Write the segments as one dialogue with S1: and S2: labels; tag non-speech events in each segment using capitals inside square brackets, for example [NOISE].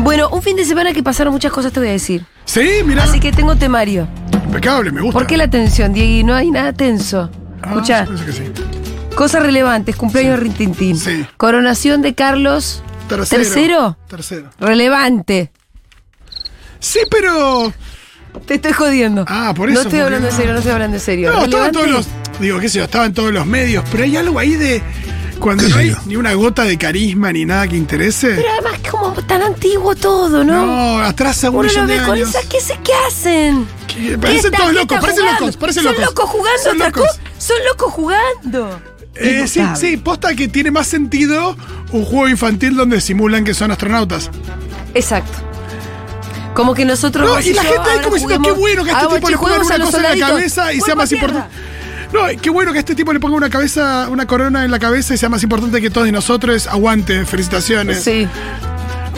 S1: Bueno, un fin de semana que pasaron muchas cosas te voy a decir.
S2: Sí, mira.
S1: Así que tengo temario.
S2: Impecable, me gusta.
S1: ¿Por qué la tensión, Diego? No hay nada tenso.
S2: Ah,
S1: Escucha,
S2: parece que sí.
S1: cosas relevantes, cumpleaños de Rintintín.
S2: Sí.
S1: Coronación de Carlos
S2: Tercero.
S1: Tercero.
S2: Tercero.
S1: relevante.
S2: Sí, pero.
S1: Te estoy jodiendo.
S2: Ah, por
S1: No
S2: eso,
S1: estoy
S2: porque-
S1: hablando en serio, no estoy hablando en serio.
S2: No, estaba en
S1: Relevante,
S2: todos los. Digo, qué sé yo, estaba en todos los medios, pero hay algo ahí de. Cuando no hay ni una gota de carisma ni nada que interese.
S1: Pero además que como tan antiguo todo, ¿no?
S2: No, atrás a un
S1: Uno lo
S2: millón de
S1: ve con
S2: años.
S1: esas, ¿qué, se- qué hacen?
S2: Que
S1: ¿Qué
S2: Parecen
S1: está-
S2: todos
S1: qué
S2: locos,
S1: está
S2: parecen
S1: jugando?
S2: locos, parecen
S1: son
S2: locos.
S1: jugando
S2: Son
S1: otra
S2: locos.
S1: cosa. Son locos jugando.
S2: Eh, sí,
S1: Inmutable.
S2: sí, posta que tiene más sentido un juego infantil donde simulan que son astronautas.
S1: Exacto. Como que nosotros.
S2: No,
S1: vos
S2: y la
S1: yo
S2: gente ahí
S1: ahora
S2: como diciendo, qué
S1: juguemos-
S2: bueno que a este
S1: hagamos
S2: tipo le pongan
S1: chijuegos a
S2: una
S1: los
S2: cosa en la
S1: soldaditos.
S2: cabeza y sea
S1: Cuerpo
S2: más
S1: a tierra.
S2: importante. No, y qué bueno que a este tipo le ponga una cabeza, una corona en la cabeza y sea más importante que todos de nosotros. Aguante, felicitaciones.
S1: Sí,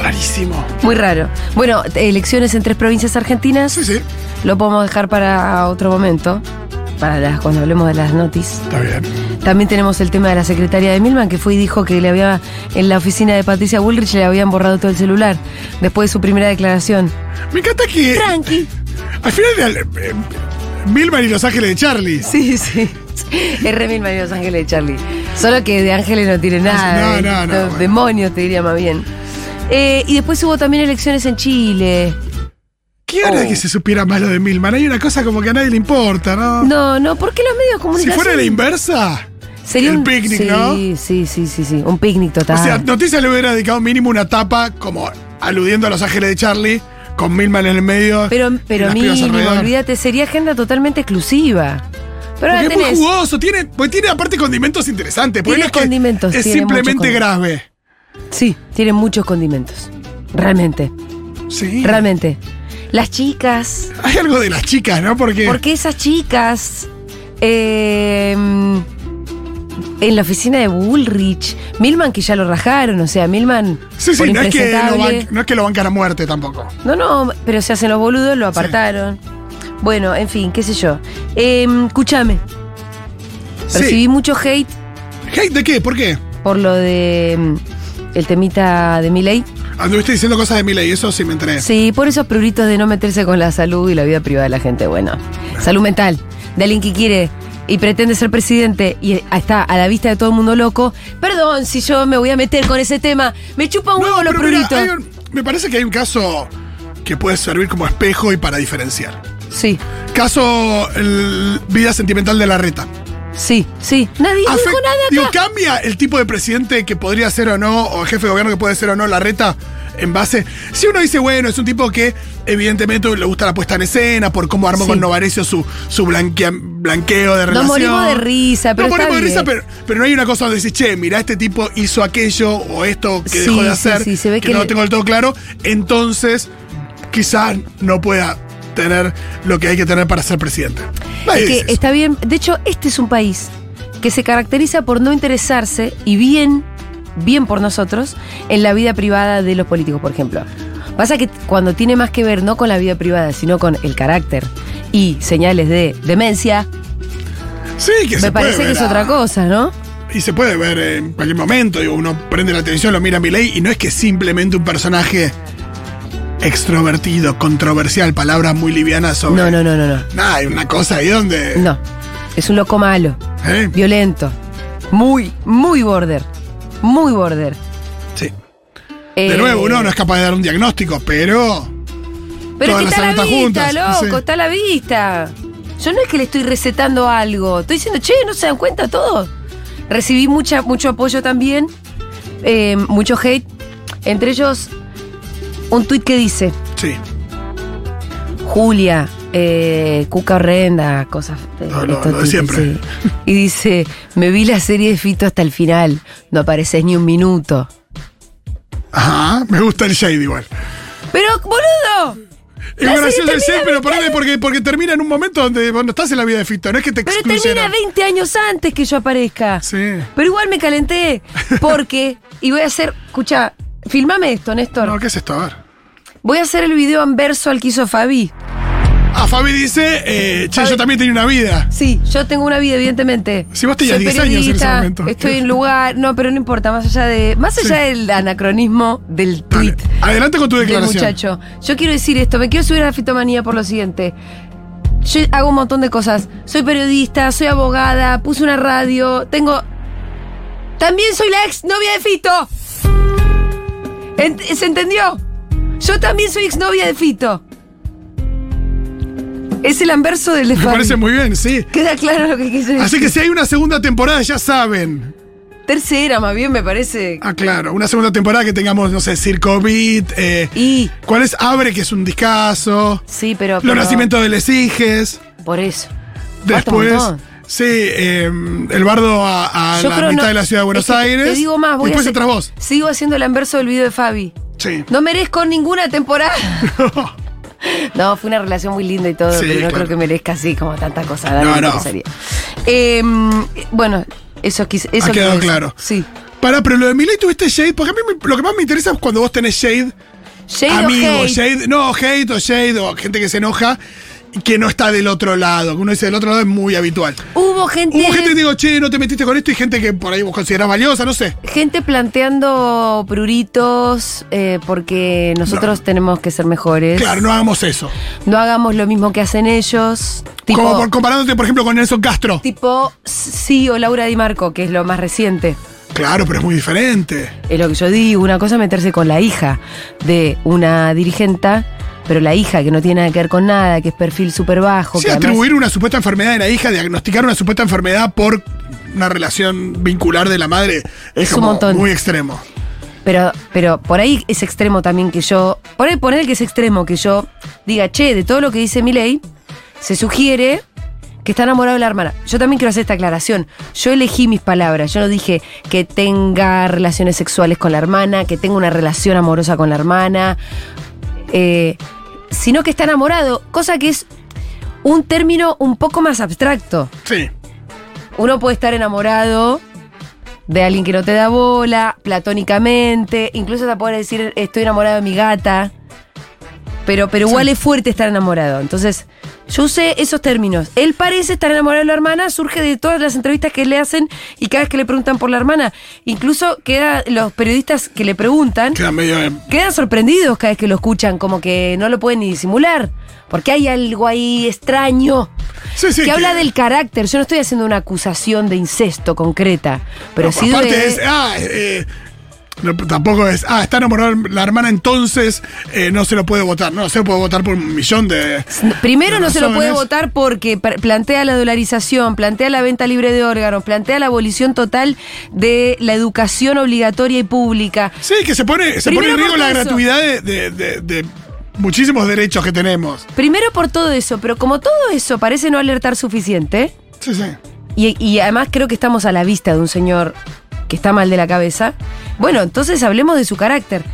S2: Rarísimo.
S1: muy raro. Bueno, elecciones en tres provincias argentinas.
S2: Sí, sí,
S1: Lo podemos dejar para otro momento. Para las, cuando hablemos de las notis.
S2: está bien.
S1: También tenemos el tema de la secretaria de Milman, que fue y dijo que le había, en la oficina de Patricia Bullrich le habían borrado todo el celular después de su primera declaración.
S2: Me encanta que
S1: Tranqui.
S2: al final eh, eh, Milman y Los Ángeles de
S1: [LAUGHS]
S2: Charlie.
S1: Sí, sí. Es re Milman y Los Ángeles de Charlie. Solo que de Ángeles no tiene nada.
S2: No, no, no,
S1: de- de
S2: bueno.
S1: Demonios, te diría más bien. Eh, y después hubo también elecciones en Chile.
S2: ¿Qué hora
S1: Oh.
S2: que se supiera más lo de Milman? Hay una cosa como que a nadie le importa, ¿no?
S1: No, no, ¿por qué los medios de
S2: si
S1: comunicación?
S2: fuera la inversa.
S1: Sería
S2: el
S1: un
S2: picnic,
S1: sí,
S2: ¿no?
S1: Sí, sí, sí, sí. Un picnic total.
S2: O sea, Noticias le hubiera dedicado mínimo una tapa, como aludiendo a Los Ángeles de Charlie, con Milman en el medio.
S1: Pero,
S2: y
S1: pero
S2: las pibas
S1: mínimo,
S2: alrededor.
S1: olvídate, sería agenda totalmente exclusiva. Pero ahora
S2: Porque es muy
S1: tenés.
S2: jugoso, tiene, porque tiene aparte condimentos interesantes. porque
S1: Tiene
S2: no es que
S1: condimentos,
S2: Es
S1: tiene muchos
S2: simplemente
S1: condimentos.
S2: grave.
S1: Sí, tiene muchos condimentos. Realmente,
S2: Sí.
S1: realmente. Las chicas,
S2: Hay algo de las chicas, ¿no? Porque.
S1: porque esas chicas. eh, en la oficina de Bullrich, Milman que ya lo rajaron, o sea, Milman.
S2: sí, sí,
S1: por
S2: no es, que lo
S1: impresentable.
S2: ban- no es que lo bancan a muerte tampoco.
S1: No, no, pero se hacen los boludos, lo apartaron. Bueno, en fin, qué sé yo. Em, escúchame, recibí
S2: Sí.
S1: mucho hate
S2: ¿Hate de qué? ¿Por qué?
S1: por lo de mm, el temita de Milei.
S2: Anduviste Ah, diciendo cosas de Miley, eso sí me enteré.
S1: Sí, por esos pruritos de no meterse con la salud y la vida privada de la gente. Bueno, salud mental de alguien que quiere y pretende ser presidente y está a la vista de todo el mundo loco. Perdón si yo me voy a meter con ese tema. Me chupa un huevo los
S2: pero mira,
S1: pruritos.
S2: hay un- me parece que hay un caso que puede servir como espejo y para diferenciar.
S1: Sí,
S2: Caso el- vida sentimental de la reta.
S1: sí, sí. Nadie
S2: Afe-
S1: dijo nada acá.
S2: Digo, ¿cambia el tipo de presidente que podría ser o no, o jefe de gobierno que puede ser o no la reta? En base, si uno dice, bueno, es un tipo que evidentemente le gusta la puesta en escena, por cómo armó
S1: Sí.
S2: con Novarecio su, su blanquea- blanqueo de
S1: Nos
S2: relación.
S1: morimos de risa, pero
S2: No
S1: está
S2: morimos de
S1: bien.
S2: risa, pero, pero no hay una cosa donde decís, che, mirá, este tipo hizo aquello o esto que
S1: Sí,
S2: dejó de
S1: sí,
S2: hacer,
S1: sí, se ve
S2: que,
S1: que
S2: no
S1: le-
S2: lo tengo del todo claro, entonces quizás no pueda tener lo que hay que tener para ser presidente. Nadie
S1: Es que
S2: dice eso.
S1: está bien. De hecho, este es un país que se caracteriza por no interesarse y bien, bien por nosotros, en la vida privada de los políticos, por ejemplo. Pasa que cuando tiene más que ver no con la vida privada, sino con el carácter y señales de demencia,
S2: Sí, que se
S1: me
S2: puede
S1: parece que
S2: ver ah.
S1: es
S2: a-
S1: otra cosa, ¿no?
S2: Y se puede ver en cualquier momento, digo, uno prende la televisión, lo mira a Milei y no es que es simplemente un personaje extrovertido, controversial, palabras muy livianas sobre...
S1: No, no, no, no, no.
S2: Nada, hay una cosa ahí donde...
S1: No. Es un loco malo,
S2: ¿eh?
S1: violento, muy, muy border, muy border.
S2: Sí.
S1: Eh,
S2: De nuevo, uno no es capaz de dar un diagnóstico, pero...
S1: Pero
S2: Todas
S1: es que
S2: las
S1: está a la vista,
S2: alertas juntas,
S1: loco,
S2: sí.
S1: está a la vista. Yo no es que le estoy recetando algo, estoy diciendo, che, ¿no se dan cuenta todo? Recibí mucha, mucho apoyo también, eh, mucho hate. Entre ellos, un tuit que dice,
S2: Sí.
S1: Julia, eh, Cuca Horrenda, cosas... eh,
S2: No, no,
S1: estos
S2: lo de
S1: tuites,
S2: siempre.
S1: sí. Y dice, me vi la serie de Fito hasta el final, no apareces ni un minuto.
S2: Ajá, me gusta el shade igual.
S1: Pero, boludo,
S2: Es
S1: La serie
S2: gracioso el
S1: termina
S2: shade, pero
S1: 20
S2: pará, porque, porque termina en un momento donde vos no estás en la vida de Fito, no es que te
S1: pero
S2: excluyeron.
S1: termina 20 años antes que yo aparezca.
S2: Sí.
S1: Pero igual me calenté
S2: [LAUGHS]
S1: porque, y voy a hacer, escucha, filmame esto, Néstor.
S2: No, ¿qué es esto? A ver.
S1: Voy a hacer el video anverso al que hizo Fabi.
S2: A Ah, Fabi dice, eh, che,
S1: Fabi-
S2: yo también tenía una vida.
S1: Sí, yo tengo una vida, evidentemente.
S2: Si vos tenías
S1: Soy
S2: 10 años en ese
S1: periodista,
S2: momento.
S1: Estoy en lugar. No, pero no importa, más allá de. Más allá del anacronismo del
S2: Dale,
S1: tweet
S2: adelante con tu
S1: del
S2: declaración.
S1: muchacho. Yo quiero decir esto, me quiero subir a la fitomanía por lo siguiente. Yo hago un montón de cosas. Soy periodista, soy abogada, puse una radio, tengo. También soy la ex novia de Fito. Ent- ¿Se entendió? Yo también soy ex novia de Fito. Es el anverso del de
S2: Me
S1: Fabi.
S2: parece muy bien, sí.
S1: Queda claro lo que quise decir.
S2: Así que si hay una segunda temporada, ya saben.
S1: Tercera, más bien, me parece.
S2: Ah, claro, una segunda temporada que tengamos, no sé, Circo Beat, eh,
S1: Y.
S2: ¿cuál es Abre, que es un discazo?
S1: Sí, pero.
S2: Los
S1: pero-
S2: nacimientos de Lesiges.
S1: Por eso. Falta un
S2: Después,
S1: montón.
S2: sí, eh, el bardo a, a
S1: Yo
S2: la
S1: creo
S2: mitad
S1: no-
S2: de la ciudad de Buenos
S1: es que
S2: Aires.
S1: Te digo más, voy
S2: Después
S1: a hacer-
S2: entras vos.
S1: Sigo haciendo el anverso del video de Fabi.
S2: Sí.
S1: No merezco ninguna temporada.
S2: [LAUGHS]
S1: no, fue una relación muy linda y todo,
S2: Sí,
S1: pero no
S2: claro.
S1: creo que merezca así como tanta cosa.
S2: No,
S1: tanta
S2: no.
S1: grosería. Eh, bueno, eso quise. Eso
S2: Ha quedado
S1: quise decir.
S2: claro.
S1: Sí.
S2: Pará, pero lo de Milei tuviste Shade, porque a mí me- lo que más me interesa es cuando vos tenés Shade,
S1: Shade o
S2: amigo,
S1: hate.
S2: Shade, no, Hate o Shade, o gente que se enoja, y que no está del otro lado, que uno dice del otro lado es muy habitual.
S1: Hubo gente.
S2: Hubo gente que digo, che, no te metiste con esto, y gente que por ahí vos considerás valiosa, no sé.
S1: Gente planteando pruritos eh, porque nosotros tenemos que ser mejores.
S2: Claro, no hagamos eso.
S1: No hagamos lo mismo que hacen ellos. Tipo,
S2: Como por- comparándote, por ejemplo, con Nelson Castro.
S1: tipo sí o Laura Di Marco, que es lo más reciente.
S2: Claro, pero es muy diferente.
S1: Es lo que yo digo, una cosa es meterse con la hija de una dirigenta, pero la hija que no tiene nada que ver con nada, que es perfil súper bajo.
S2: Sí,
S1: que además-
S2: atribuir una supuesta enfermedad de la hija, diagnosticar una supuesta enfermedad por una relación vincular de la madre es,
S1: Es un
S2: como
S1: montón.
S2: muy extremo.
S1: pero, pero por ahí es extremo también que yo. Por ahí poner que es extremo que yo diga, che, de todo lo que dice Milei, se sugiere que está enamorado de la hermana. Yo también quiero hacer esta aclaración. Yo elegí mis palabras. Yo no dije que tenga relaciones sexuales con la hermana, que tenga una relación amorosa con la hermana, eh, sino que está enamorado, cosa que es un término un poco más abstracto.
S2: Sí.
S1: Uno puede estar enamorado de alguien que no te da bola, platónicamente, incluso te puede decir estoy enamorado de mi gata. Pero, pero igual es fuerte estar enamorado. Entonces, yo usé esos términos. Él parece estar enamorado de la hermana, surge de todas las entrevistas que le hacen y cada vez que le preguntan por la hermana. Incluso queda los periodistas que le preguntan
S2: Queda medio. eh,
S1: quedan sorprendidos cada vez que lo escuchan, como que no lo pueden ni disimular, porque hay algo ahí extraño.
S2: Sí, sí,
S1: que,
S2: que-
S1: habla del carácter. Yo no estoy haciendo una acusación de incesto concreta, pero
S2: no,
S1: sí
S2: aparte
S1: de-
S2: es. Ah, eh, no, tampoco es. Ah, está enamorada la hermana, entonces eh, no se lo puede votar. No, se lo puede votar por un millón de.
S1: Primero
S2: de
S1: no se lo puede
S2: razones.
S1: votar porque pr- plantea la dolarización, plantea la venta libre de órganos, plantea la abolición total de la educación obligatoria y pública.
S2: Sí, que se pone, se pone
S1: Primero
S2: en riesgo la
S1: porque eso.
S2: gratuidad de, de- de- de muchísimos derechos que tenemos.
S1: Primero por todo eso, pero como todo eso parece no alertar suficiente,
S2: Sí, sí.
S1: Y, y además creo que estamos a la vista de un señor que está mal de la cabeza. Bueno, entonces hablemos de su carácter.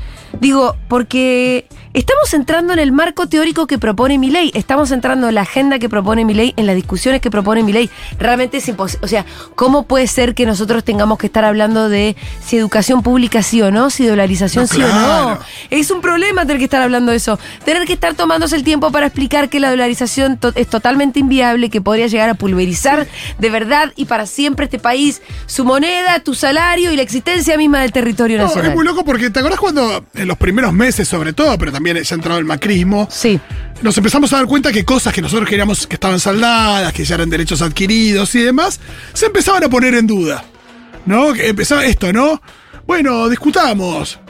S1: Digo, porque estamos entrando en el marco teórico que propone mi ley, estamos entrando en la agenda que propone mi ley, en las discusiones que propone mi ley. Realmente es imposible. O sea, ¿cómo puede ser que nosotros tengamos que estar hablando de si educación pública sí o no, si dolarización
S2: No,
S1: sí o no?
S2: claro.
S1: Es un problema tener que estar hablando de eso. Tener que estar tomándose el tiempo para explicar que la dolarización to- es totalmente inviable, que podría llegar a pulverizar de verdad y para siempre este país, su moneda, tu salario y la existencia misma del territorio
S2: No,
S1: nacional.
S2: es muy loco porque, ¿te acordás cuando en los primeros meses, sobre todo, pero también ya ha entrado el macrismo,
S1: Sí,
S2: nos empezamos a dar cuenta que cosas que nosotros queríamos que estaban saldadas, que ya eran derechos adquiridos y demás, se empezaban a poner en duda. ¿No? Que empezaba esto, ¿no? Bueno, discutamos.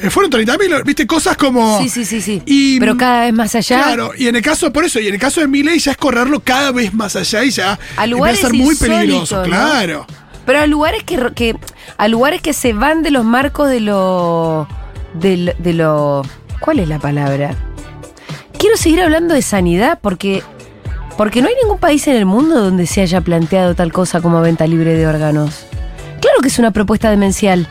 S2: Eh, fueron 30.000, viste, cosas como.
S1: sí, sí, sí, sí.
S2: Y-
S1: Pero cada vez más allá.
S2: Claro, y en el caso, por eso, y en el caso de Miley ya es correrlo cada vez más allá y ya
S1: A lugares
S2: empieza a ser muy
S1: insólitos,
S2: peligroso,
S1: ¿no?
S2: claro.
S1: Pero a lugares que, ro- que a lugares que se van de los marcos de lo de, lo- de lo ¿cuál es la palabra? Quiero seguir hablando de sanidad porque porque no hay ningún país en el mundo donde se haya planteado tal cosa como venta libre de órganos. Claro que es una propuesta demencial.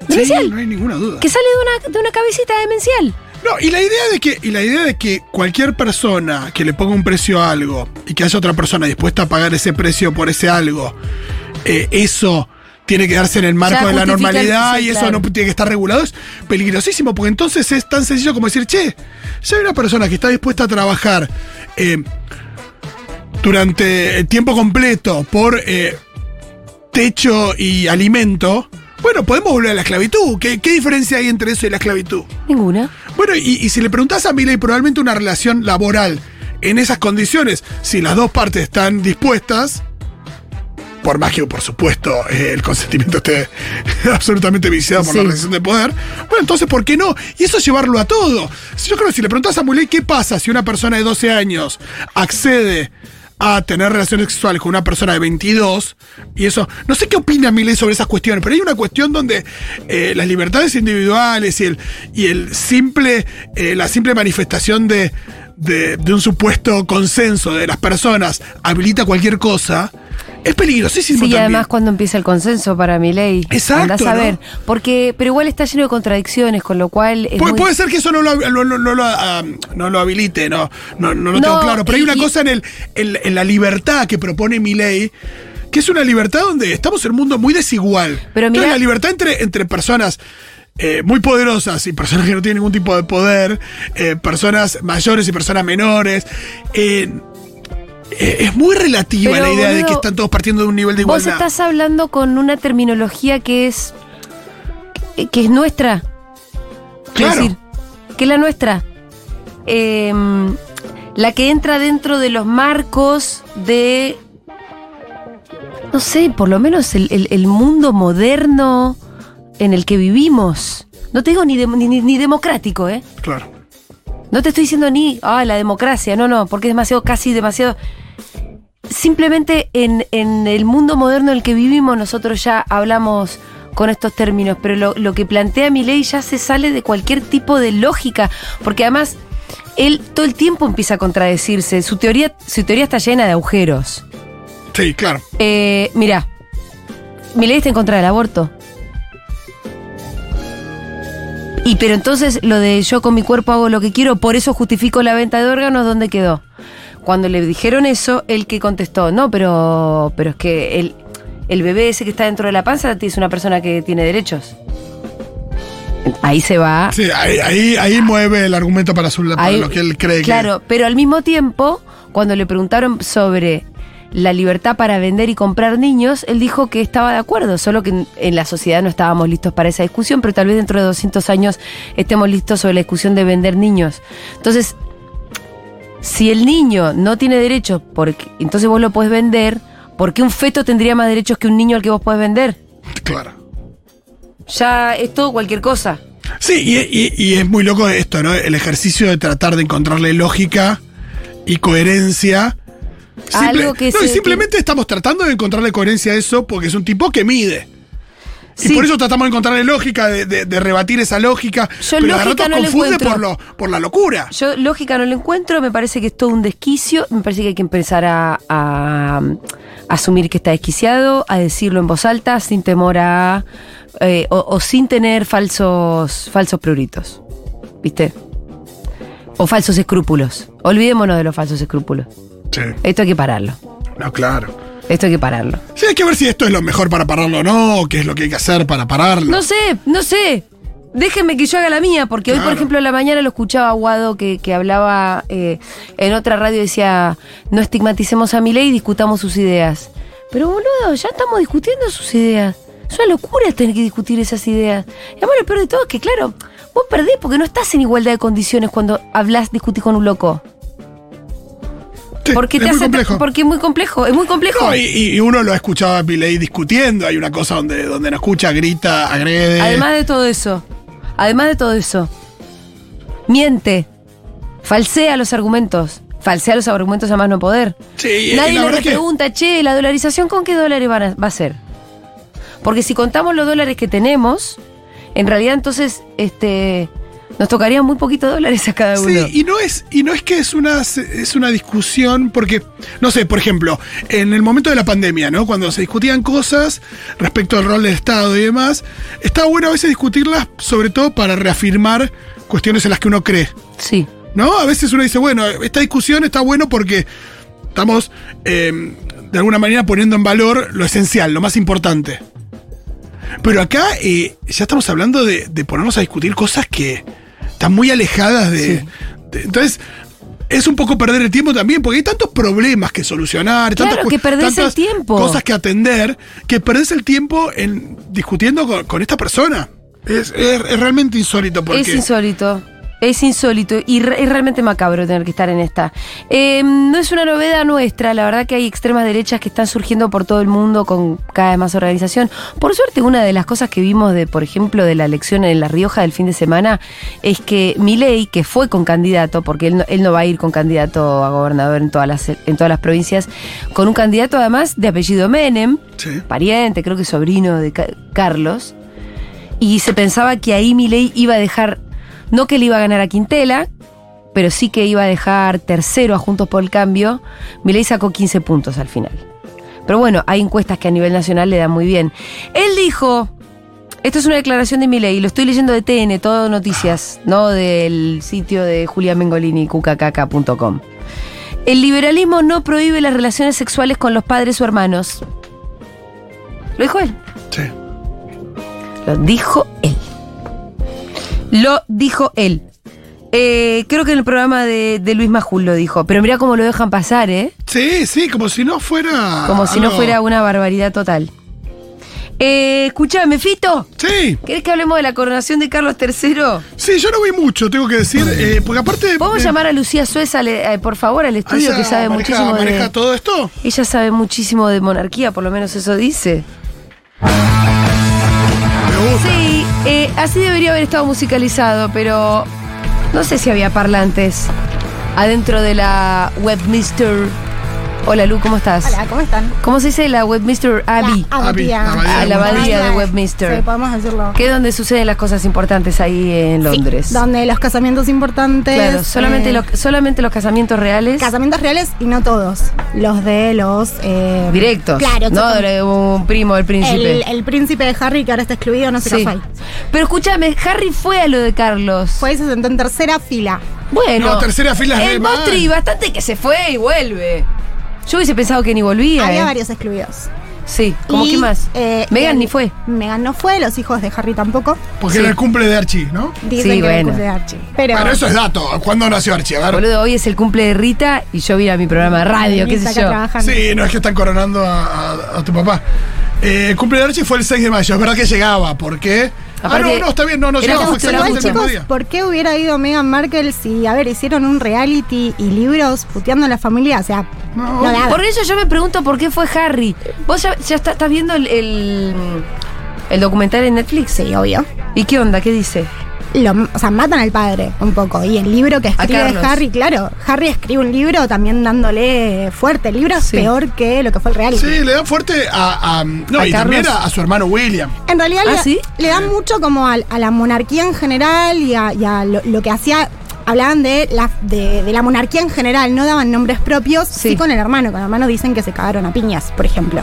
S2: Sí,
S1: Demencial.
S2: no hay ninguna duda.
S1: Que sale de una, de una cabecita demencial.
S2: No, y la idea de que, y la idea de que cualquier persona que le ponga un precio a algo y que haya otra persona dispuesta a pagar ese precio por ese algo, eh, eso tiene que darse en el marco
S1: Ya
S2: de la
S1: justifica el-
S2: normalidad
S1: sí,
S2: y eso
S1: claro.
S2: no tiene que estar regulado, es peligrosísimo, porque entonces es tan sencillo como decir, che, si hay una persona que está dispuesta a trabajar eh, durante el tiempo completo por eh, techo y alimento, bueno, podemos volver a la esclavitud. ¿Qué, qué diferencia hay entre eso y la esclavitud?
S1: Ninguna.
S2: Bueno, y, y si le preguntás a Miley, probablemente una relación laboral en esas condiciones, si las dos partes están dispuestas, por más que, por supuesto, eh, el consentimiento esté [LAUGHS] absolutamente viciado por la
S1: Sí.
S2: relación de poder, bueno, entonces, ¿por qué no? Y eso llevarlo a todo. Si Yo creo que si le preguntás a Miley qué pasa si una persona de 12 años accede a tener relaciones sexuales con una persona de 22, y eso, no sé qué opina Miley sobre esas cuestiones, pero hay una cuestión donde eh, las libertades individuales y el, y el simple, eh, la simple manifestación de, de- de un supuesto consenso de las personas habilita cualquier cosa, es peligrosísimo.
S1: Sí, y
S2: también.
S1: además cuando empieza el consenso para mi ley.
S2: Exacto,
S1: a
S2: ¿no?
S1: ver. Porque, pero igual está lleno de contradicciones, con lo cual. Es
S2: Pu-
S1: muy-
S2: Pues Puede ser que eso no lo, no, no- no lo, ah, no lo habilite, no, no, no
S1: No,
S2: lo tengo claro. Pero hay
S1: y-
S2: una
S1: y-
S2: cosa en, el, en, en la libertad que propone mi ley, que es una libertad donde estamos en un mundo muy desigual.
S1: Pero
S2: Entonces,
S1: mirá-
S2: la libertad entre, entre personas eh, muy poderosas y personas que no tienen ningún tipo de poder, eh, personas mayores y personas menores. eh, eh, es muy relativa
S1: Pero,
S2: la idea de que
S1: boludo,
S2: están todos partiendo de un nivel de
S1: Vos
S2: igualdad.
S1: estás hablando con una terminología que es. que- que es nuestra. Quiero
S2: Claro.
S1: decir, que es la nuestra. Eh, la que entra dentro de los marcos de. No sé, por lo menos el, el- el mundo moderno en el que vivimos. No te digo ni, dem- ni- ni- ni democrático, ¿eh?
S2: Claro.
S1: No te estoy diciendo ni, ah, la democracia, no, no, porque es demasiado, casi demasiado. Simplemente en, en el mundo moderno en el que vivimos nosotros ya hablamos con estos términos, pero lo, lo que plantea mi ley ya se sale de cualquier tipo de lógica, porque además él todo el tiempo empieza a contradecirse, su teoría, su teoría está llena de agujeros.
S2: Sí, claro.
S1: Eh, mira, mi ley está en contra del aborto. Y pero entonces lo de yo con mi cuerpo hago lo que quiero, por eso justifico la venta de órganos, ¿dónde quedó? Cuando le dijeron eso, el que contestó, no, pero, pero es que el, el bebé ese que está dentro de la panza es una persona que tiene derechos. Ahí se va
S2: Sí, ahí, ahí, ahí mueve el argumento para, su, para
S1: Ahí-
S2: lo que él cree que.
S1: Claro, pero al mismo tiempo, cuando le preguntaron sobre la libertad para vender y comprar niños, él dijo que estaba de acuerdo, solo que en- en la sociedad no estábamos listos para esa discusión, pero tal vez dentro de 200 años estemos listos sobre la discusión de vender niños. Entonces, si el niño no tiene derechos, porque, entonces vos lo podés vender, ¿por qué un feto tendría más derechos que un niño al que vos podés vender?
S2: Claro.
S1: Ya es todo cualquier cosa.
S2: Sí, y, y- y es muy loco esto, ¿no? El ejercicio de tratar de encontrarle lógica y coherencia.
S1: Algo que
S2: no,
S1: se-
S2: y simplemente estamos tratando de encontrarle coherencia a eso porque es un tipo que mide.
S1: Sí.
S2: Y por eso tratamos de encontrarle lógica, de, de- de rebatir esa lógica.
S1: Yo
S2: pero a
S1: lógica
S2: ratos
S1: no le
S2: confunde
S1: encuentro.
S2: por, lo, por la locura.
S1: Yo lógica no lo encuentro, me parece que es todo un desquicio, me parece que hay que empezar a, a, um, asumir que está desquiciado, a decirlo en voz alta, sin temor a... eh, o, o sin tener falsos, falsos pruritos, ¿viste? O falsos escrúpulos. Olvidémonos de los falsos escrúpulos.
S2: Sí,
S1: Esto hay que pararlo,
S2: no, claro.
S1: esto hay que pararlo.
S2: Sí, hay que ver si esto es lo mejor para pararlo o no, qué es lo que hay que hacer para pararlo.
S1: No sé, no sé. Déjenme que yo haga la mía, porque hoy, por
S2: Claro.
S1: ejemplo, en la mañana lo escuchaba a Guado que, que hablaba eh, en otra radio decía, no estigmaticemos a Milei y discutamos sus ideas. Pero boludo, ya estamos discutiendo sus ideas. Es una locura tener que discutir esas ideas. Y además lo peor de todo es que, claro, vos perdés porque no estás en igualdad de condiciones cuando hablas, discutís con un loco.
S2: Sí,
S1: Porque
S2: es
S1: te
S2: muy
S1: hace-
S2: complejo.
S1: Porque es muy complejo, es muy complejo.
S2: No, y, y uno lo ha escuchado a Milei discutiendo. Hay una cosa donde, donde no escucha, grita, agrede.
S1: Además de todo eso, además de todo eso, miente, falsea los argumentos, falsea los argumentos a más no poder.
S2: Sí, y- y
S1: Nadie
S2: la
S1: le
S2: verdad que-
S1: pregunta, che, ¿la dolarización con qué dólares van a- va a ser? Porque si contamos los dólares que tenemos, en realidad entonces este, nos tocarían muy poquitos dólares a cada uno.
S2: Sí, y no es, y no es que es una, es una discusión, porque, no sé, por ejemplo, en el momento de la pandemia, ¿no? Cuando se discutían cosas respecto al rol del Estado y demás, está bueno a veces discutirlas, sobre todo para reafirmar cuestiones en las que uno cree.
S1: Sí.
S2: ¿No? A veces uno dice, bueno, esta discusión está bueno porque em, estamos eh, de alguna manera poniendo en valor lo esencial, lo más importante. Pero acá eh, ya estamos hablando de, de ponernos a discutir cosas que están muy alejadas de.
S1: Sí.
S2: de- entonces, es un poco perder el tiempo también, porque hay tantos problemas que solucionar,
S1: Claro,
S2: tantas, cu-
S1: que perdés el
S2: tantas
S1: tiempo.
S2: cosas que atender, que perdés el tiempo en discutiendo con, con esta persona. Es, es- es realmente insólito porque.
S1: Es insólito. Es insólito y re- es realmente macabro tener que estar en esta. Eh, no es una novedad nuestra, la verdad que hay extremas derechas que están surgiendo por todo el mundo con cada vez más organización. Por suerte, una de las cosas que vimos de, por ejemplo, de la elección en La Rioja del fin de semana es que Milei, que fue con candidato, porque él no, él no va a ir con candidato a gobernador en todas las en todas las provincias, con un candidato además de apellido Menem,
S2: Sí.
S1: pariente, creo que sobrino de Ca- Carlos, y se pensaba que ahí Milei iba a dejar, no que le iba a ganar a Quintela, pero sí que iba a dejar tercero a Juntos por el Cambio. Milei sacó 15 puntos al final. Pero bueno, hay encuestas que a nivel nacional le dan muy bien. Él dijo, esto es una declaración de Milei, lo estoy leyendo de TN, todo noticias, no del sitio de Julia Mengolini, cucacaca.com. El liberalismo no prohíbe las relaciones sexuales con los padres o hermanos. Lo dijo él.
S2: Sí.
S1: Lo dijo él. Lo dijo él. Eh, creo que en el programa de, de Luis Majul lo dijo. Pero mirá cómo lo dejan pasar, ¿eh?
S2: Sí, sí, como si no fuera.
S1: Como si no
S2: algo-
S1: fuera una barbaridad total. Eh, escúchame, Fito.
S2: Sí,
S1: ¿Querés que hablemos de la coronación de Carlos III?
S2: sí, yo no vi mucho, tengo que decir, eh, porque aparte.
S1: ¿Podemos
S2: eh,
S1: llamar a Lucía Suez, al- eh, por favor, al
S2: a ella
S1: estudio que sabe
S2: maneja-
S1: muchísimo
S2: maneja
S1: de...
S2: todo esto?
S1: Ella sabe muchísimo de monarquía, por lo menos eso dice.
S2: Me gusta.
S1: Sí, eh, así debería haber estado musicalizado, pero no sé si había parlantes adentro de la Webmister. Hola Lu, ¿cómo estás?
S3: Hola, ¿cómo están?
S1: ¿Cómo se dice la Webmister Abbey?
S3: La abadía.
S2: Abby, abadía.
S1: Ah, la abadía de Westminster.
S3: Sí, podemos decirlo.
S1: Que es donde suceden las cosas importantes ahí en
S3: Sí,
S1: Londres.
S3: donde los casamientos importantes.
S1: Claro, solamente,
S3: eh,
S1: los, solamente los casamientos reales.
S3: Casamientos reales y no todos. Los de los. eh,
S1: directos.
S3: Claro,
S1: No,
S3: exactamente.
S1: de un primo del príncipe.
S3: el, el príncipe de Harry, que ahora está excluido, no se
S1: Sí.
S3: casó ahí.
S1: Pero escúchame, Harry fue a lo de Carlos.
S3: Fue y se sentó en tercera fila.
S1: Bueno.
S2: No, tercera fila es
S1: El
S2: re mal.
S1: Mostri, bastante que se fue y vuelve. Yo hubiese pensado que ni volvía.
S3: Había
S1: eh.
S3: varios excluidos.
S1: Sí, ¿cómo
S3: Y,
S1: que más?
S3: eh,
S1: Megan
S3: el-
S1: ni fue.
S3: Megan no fue, los hijos de Harry tampoco.
S2: Porque
S1: Sí.
S2: era el cumple de Archie, ¿no?
S3: Dicen
S1: Sí,
S3: que era el
S1: bueno.
S3: cumple de Archie. Pero,
S2: Bueno, eso es dato. ¿Cuándo nació Archie? A ver.
S1: Boludo, hoy es el cumple de Rita y yo vine a mi programa de radio, qué
S3: Está
S1: sé
S3: acá
S1: yo.
S3: trabajando.
S2: Sí, no es que están coronando a, a- a tu papá. Eh, el cumple de Archie fue el 6 de mayo. Es verdad que llegaba. ¿Por qué? ah,
S1: Aparte,
S2: no, no, está bien. No, no
S1: era
S2: llegaba. Fue
S1: justo el
S3: Igual,
S2: exactamente el mismo día.
S3: chicos, ¿por qué hubiera ido Meghan Markle si, a ver, hicieron un reality y libros puteando a la familia? O sea, no, da.
S1: Por eso yo me pregunto por qué fue Harry. ¿Vos ya, ya está- estás viendo el, el, el documental en Netflix?
S3: Sí, obvio.
S1: ¿Y qué onda? ¿Qué dice?
S3: Lo- o sea, matan al padre un poco. Y el libro que escribe
S1: Carlos.
S3: Harry, claro, Harry escribe un libro también dándole fuerte. El libro es
S1: Sí.
S3: peor que lo que fue el reality.
S2: Sí, le dan fuerte a. a- no,
S1: ¿A
S2: y también
S1: Carlos?
S2: a, a su hermano William.
S3: En realidad
S1: ¿Ah,
S3: le,
S1: sí?
S3: le dan mucho como al- a, la monarquía en general y a, y a lo, lo que hacía. Hablaban de la, de, de la monarquía en general, no daban nombres propios. Sí.
S1: Sí.
S3: con el hermano. Con el hermano dicen que se cagaron a piñas, por ejemplo.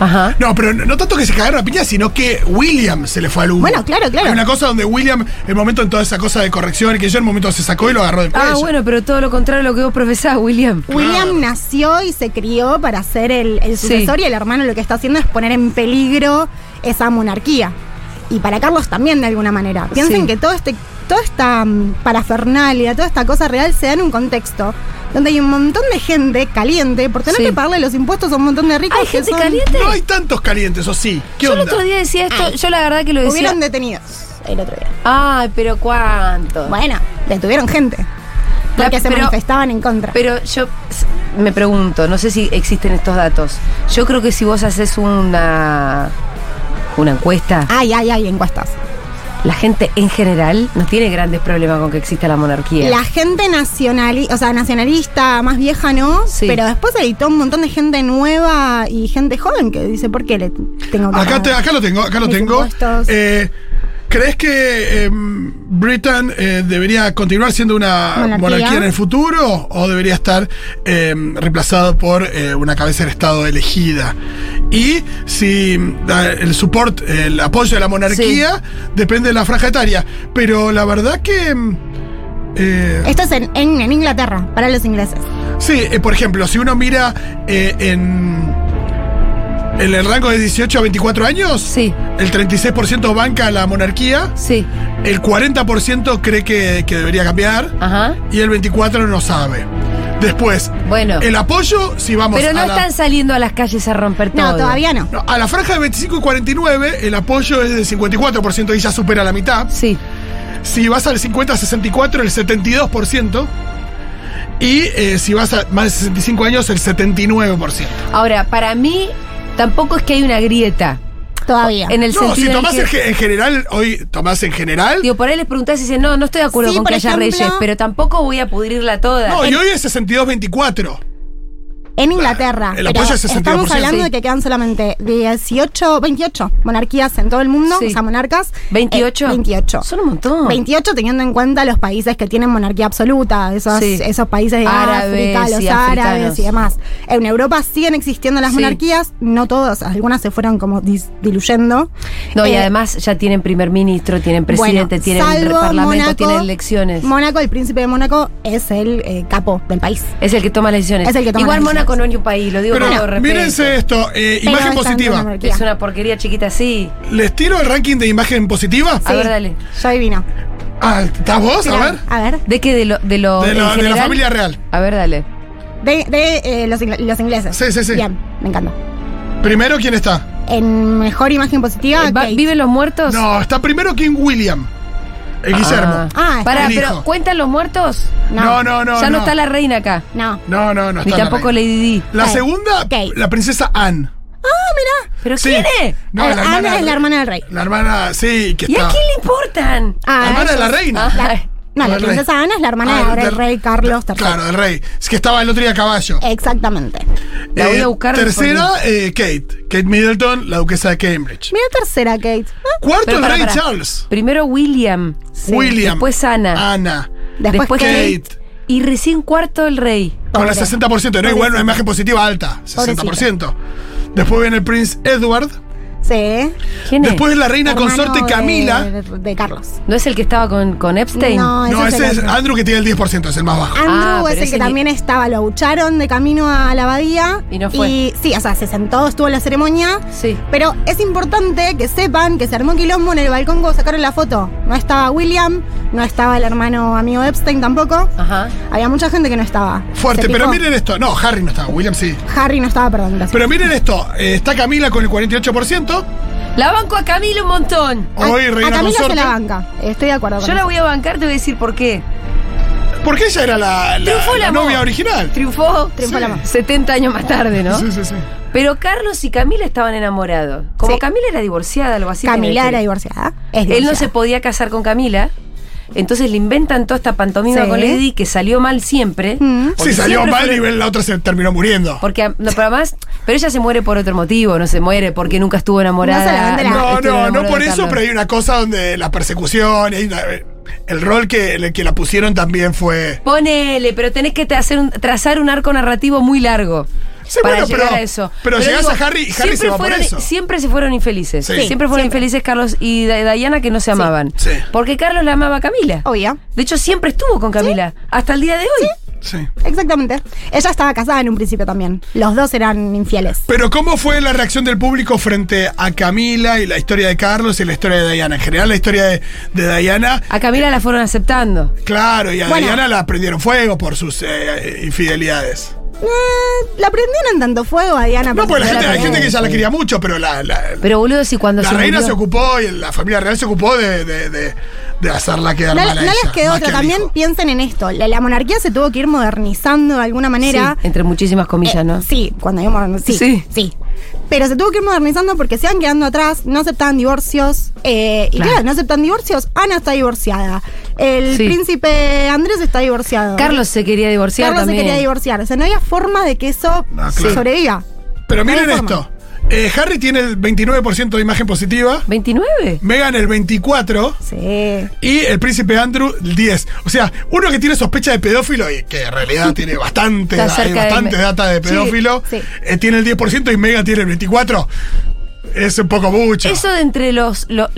S1: Ajá.
S2: No, pero no tanto que se cagaron a piña, sino que William se le fue al humo.
S3: Bueno, claro, claro.
S2: Hay una cosa donde William, el momento en toda esa cosa de corrección, que yo el momento se sacó y lo agarró del cuello.
S1: Ah, bueno, pero todo lo contrario a lo que vos profesás, William.
S3: William nació y se crió para ser el, el
S1: Sí.
S3: sucesor y el hermano lo que está haciendo es poner en peligro esa monarquía. Y para Carlos también de alguna manera. Piensen
S1: Sí.
S3: que todo este, toda esta mm, parafernalia, toda esta cosa real se da en un contexto donde hay un montón de gente caliente por tener
S1: Sí.
S3: que pagarle los impuestos a un montón de ricos
S1: ¿Hay
S3: que
S1: gente
S3: son-
S1: caliente?
S2: No hay tantos calientes, o sí. ¿Qué
S1: Yo el
S2: onda?
S1: otro día decía esto,
S3: Ay.
S1: yo la verdad que lo decía.
S3: Hubieron detenidos el otro día.
S1: Ay, pero cuánto.
S3: Bueno, detuvieron gente.
S1: Ah. La-
S3: Porque se
S1: pero-
S3: manifestaban en contra.
S1: Pero yo s- me pregunto, no sé si existen estos datos. Yo creo que si vos haces una una encuesta,
S3: ay, ay, ay, encuestas.
S1: la gente en general no tiene grandes problemas con que exista la monarquía.
S3: La gente nacionali o sea, nacionalista más vieja no,
S1: Sí.
S3: pero después editó un montón de gente nueva y gente joven que dice, ¿por qué le tengo que
S2: Acá, te-
S3: pagar?"
S2: acá lo tengo, acá lo
S3: Mis
S2: tengo.
S3: impuestos.
S2: Eh, ¿Crees que em, Britain eh, debería continuar siendo una monarquía.
S3: Monarquía.
S2: en el futuro o debería estar em, reemplazado por eh, una cabeza del Estado elegida? Y si mm, da- el support, el apoyo de la monarquía depende de la franja etaria. Pero la verdad que... mm, eh,
S3: Esto es en, en- en Inglaterra, para los ingleses.
S2: Sí, eh, por ejemplo, si uno mira eh, en, en el rango de 18 a 24 años,
S1: Sí.
S2: el 36% banca la monarquía,
S1: Sí.
S2: el 40% cree que, que debería cambiar
S1: Ajá.
S2: y el 24% no sabe. Después,
S1: Bueno.
S2: el apoyo, si vamos
S1: Pero no
S2: a, la,
S1: están saliendo a las calles a romper todo.
S3: No, todavía no.
S2: no, a la franja de 25 y 49, el apoyo es del 54% y ya supera la mitad.
S1: Sí.
S2: Si vas al 50 a 64, el 72%. Y eh, si vas a más de 65 años, el 79%.
S1: Ahora, para mí, tampoco es que hay una grieta.
S3: Todavía.
S1: En el
S2: no,
S1: sentido.
S2: si
S1: en
S2: tomás
S1: que-
S2: en, ge- en general, hoy tomás en general.
S1: Digo, por ahí les preguntás y dicen, no, no estoy de acuerdo
S3: Sí,
S1: con
S3: por
S1: que haya
S3: ejemplo-
S1: reyes, pero tampoco voy a pudrirla toda.
S2: no, y hoy es 62-24.
S3: En Inglaterra.
S2: El
S3: pero
S2: apoyo es 62%.
S3: Estamos hablando de que quedan solamente 18, 28 monarquías en todo el mundo,
S1: Sí.
S3: o sea, monarcas.
S1: ¿28?
S3: Eh, 28.
S1: Son un montón.
S3: 28 teniendo en cuenta los países que tienen monarquía absoluta, esos,
S1: Sí.
S3: esos países de
S1: Árabes
S3: África, los
S1: y africanos.
S3: árabes y demás. En Europa siguen existiendo las
S1: Sí.
S3: monarquías, no todas, algunas se fueron como dis- diluyendo.
S1: No, y
S3: Eh,
S1: además ya tienen primer ministro, tienen presidente,
S3: bueno,
S1: tienen
S3: salvo
S1: parlamento,
S3: Mónaco,
S1: tienen elecciones.
S3: Mónaco, el príncipe de Mónaco, es el eh, capo del país.
S1: es el que toma las decisiones.
S3: Es el que toma
S1: Igual
S3: las
S1: Mónaco no
S3: decisiones.
S1: es ni un país, lo digo
S2: Pero
S1: con todo respeto.
S2: mírense esto, eh,
S3: Pero
S2: imagen
S3: están dando
S2: positiva.
S3: monarquía.
S1: Es una porquería chiquita así.
S2: ¿Les tiro el ranking de imagen positiva?
S1: A ver, dale.
S3: Yo adivino.
S2: Ah, ¿estás vos?
S3: Mirá,
S2: A ver.
S3: A ver.
S1: ¿De qué? ¿De lo, de lo,
S2: De,
S1: en
S2: lo- de la
S1: general?
S2: familia real.
S1: A ver, dale.
S3: De, de, eh, los, ingl- los ingleses.
S2: Sí, sí, sí.
S3: Bien, me encanta.
S2: Primero, ¿quién está?
S3: En mejor imagen positiva,
S1: Eh, va-
S3: Kate.
S1: ¿Viven los muertos?
S2: No, está primero King William. El Guillermo.
S3: Ah, está
S1: Para,
S2: el
S1: pero
S2: hijo.
S1: ¿cuentan los muertos?
S2: No, no, no.
S1: ya no. está la reina acá.
S3: No.
S2: No, no, no
S1: Ni
S2: está la
S1: tampoco
S2: reina.
S1: Lady D.
S2: La
S3: Kate.
S2: segunda,
S3: Kate.
S2: la princesa Anne.
S1: ¿Pero
S2: Sí.
S1: quién es?
S2: No,
S3: Ah,
S2: la hermana,
S3: Ana es la hermana del rey.
S2: La hermana, sí, que
S1: ¿Y a
S2: está.
S1: quién le importan?
S3: Ah,
S2: La hermana de la
S3: ellos-
S2: reina.
S1: Ay.
S3: No,
S2: No,
S3: la
S2: el
S3: princesa
S2: rey.
S3: Ana es la hermana
S2: Ah,
S3: de ahora
S2: del-
S3: del rey Carlos III.
S2: Claro, el rey. Es que estaba el otro día a caballo. Eh,
S3: Exactamente.
S1: Eh, La voy a buscar
S2: Tercera, eh, Kate. Kate Middleton, la duquesa de Cambridge.
S3: Mira tercera, Kate. Ah,
S2: Cuarto,
S1: Pero
S2: el
S1: pará,
S2: rey
S1: pará.
S2: Charles.
S1: Primero William.
S2: William. Ah,
S1: Después Ana.
S2: Ana.
S3: Después,
S1: después
S3: Kate.
S1: Kate. Y recién cuarto el rey.
S2: Con el
S3: Pobre.
S2: 60%. No, igual una
S3: Pobrecita.
S2: imagen positiva alta. 60%. Después viene el Prince Edward.
S3: Sí.
S1: ¿Quién es?
S2: Después la reina
S3: Hermano
S2: consorte
S3: de-
S2: Camila.
S3: De, Carlos.
S1: ¿No es el que estaba con, con Epstein?
S3: No,
S2: No, ese
S3: ese es
S2: es
S3: el otro.
S2: Andrew que tiene el 10%, es el más bajo.
S1: Ah,
S3: Andrew es
S1: pero
S3: el
S1: ese
S3: que
S1: ni-
S3: también estaba, lo abucharon de camino a la abadía.
S1: Y no fue.
S3: sí, o sea, se sentó, estuvo en la ceremonia.
S1: Sí.
S3: Pero es importante que sepan que se armó quilombo en el balcón cuando sacaron la foto. No estaba William, no estaba el hermano amigo de Epstein tampoco.
S1: Ajá.
S3: Había mucha gente que no estaba.
S2: Fuerte,
S3: Se
S2: pero
S3: picó.
S2: miren esto. No, Harry no estaba, William sí.
S3: Harry no estaba, perdón, gracias.
S2: Pero miren esto. eh, está Camila con el 48%.
S1: La banco a Camila un montón.
S3: A-
S2: Hoy
S3: Ah, a,
S2: reina
S3: Camila
S2: consorte.
S3: se la banca. Estoy de acuerdo con
S1: Yo la
S3: eso.
S1: voy a bancar, te voy a decir por qué.
S2: Porque ella era la, la-
S1: Triunfó el
S2: la
S1: amor.
S2: novia original.
S1: Triunfó,
S2: triunfó el amor.
S1: 70 años más tarde, ¿no?
S2: Sí, sí, sí.
S1: Pero Carlos y Camila estaban enamorados. Como
S3: Sí.
S1: Camila era divorciada, algo así. tenía
S3: Camila
S1: que-
S3: era divorciada. Es
S1: Él no
S3: divorciada.
S1: se podía casar con Camila. Entonces le inventan toda esta pantomima
S3: Sí.
S1: con Lady que salió mal siempre.
S3: Mm.
S1: Porque
S2: sí, salió
S1: siempre
S2: mal
S1: fueron-
S2: y la otra se terminó muriendo.
S1: Porque, no, pero además, pero ella se muere por otro motivo, no se muere porque nunca estuvo enamorada.
S3: No se la vende la-
S1: estuvo
S2: No, no, no
S1: Ah, enamorada
S2: por
S1: de
S2: eso,
S1: Carlos.
S2: pero hay una cosa donde la persecución, hay una- eh, el rol que, el que la pusieron también fue...
S1: Ponele, pero tenés que hacer un- trazar un arco narrativo muy largo.
S2: Sí,
S1: para
S2: bueno,
S1: llegar
S2: pero-
S1: a eso.
S2: pero llegás a Harry y Harry
S1: siempre
S2: se va por
S1: fueron-
S2: eso.
S1: Siempre se fueron infelices.
S2: Sí.
S1: Siempre fueron
S3: Siempre.
S1: infelices Carlos y Di- Diana que no se amaban.
S2: Sí.
S1: Porque Carlos la amaba a Camila.
S3: Obvio.
S1: De hecho, siempre estuvo con Camila. Hasta el día de hoy.
S2: Sí.
S3: Exactamente. Ella estaba casada en un principio también. Los dos eran infieles.
S2: Pero ¿cómo fue la reacción del público frente a Camila y la historia de Carlos y la historia de Diana? En general, la historia de, de Diana,
S1: A Camila la fueron aceptando.
S2: claro, y a
S3: Bueno.
S2: Diana la prendieron fuego por sus eh, infidelidades.
S3: Eh, la prendieron tanto fuego a Diana.
S2: No, pues la
S1: no
S2: gente,
S1: la
S2: hay gente que
S1: prendieron,
S2: ya la
S1: sí.
S2: quería mucho, pero la, la,
S1: Pero boludo, si cuando
S2: la
S1: se
S2: reina
S1: murió-
S2: se ocupó y la familia real se ocupó de, de, de- de hacerla quedar
S3: No,
S2: mal a
S3: no
S2: ella,
S3: les quedó
S2: más
S3: otra.
S2: que al
S3: También
S2: hijo.
S3: piensen en esto. La, la monarquía se tuvo que ir modernizando de alguna manera.
S1: Sí, entre muchísimas comillas,
S3: Eh,
S1: ¿no?
S3: Sí, cuando digo moderni- sí,
S1: Sí.
S3: sí. Pero se tuvo que ir modernizando porque se iban quedando atrás, no aceptaban divorcios. eh, y
S1: Claro.
S3: claro, no aceptan divorcios. Ana está divorciada. El
S1: Sí.
S3: príncipe Andrés está divorciado.
S1: Carlos se quería divorciar
S3: Carlos se
S1: también.
S3: quería divorciar. O sea, no había forma de que eso
S2: No,
S3: se
S2: Ah, claro.
S3: sobreviva.
S2: Pero
S3: No hay
S2: miren
S3: forma.
S2: esto. Eh, Harry tiene el 29% de imagen positiva,
S1: ¿29?
S2: Meghan el 24%
S3: Sí.
S2: y el príncipe Andrew el 10%. O sea, uno que tiene sospecha de pedófilo y que en realidad
S1: [LAUGHS]
S2: tiene bastante,
S1: Está
S2: da- hay
S1: cerca de
S2: bastante
S1: Me-
S2: data de
S1: Sí,
S2: pedófilo,
S3: sí.
S2: eh, tiene el 10% y Meghan tiene el 24%. Es un poco mucho.
S1: Eso de entre los, lo-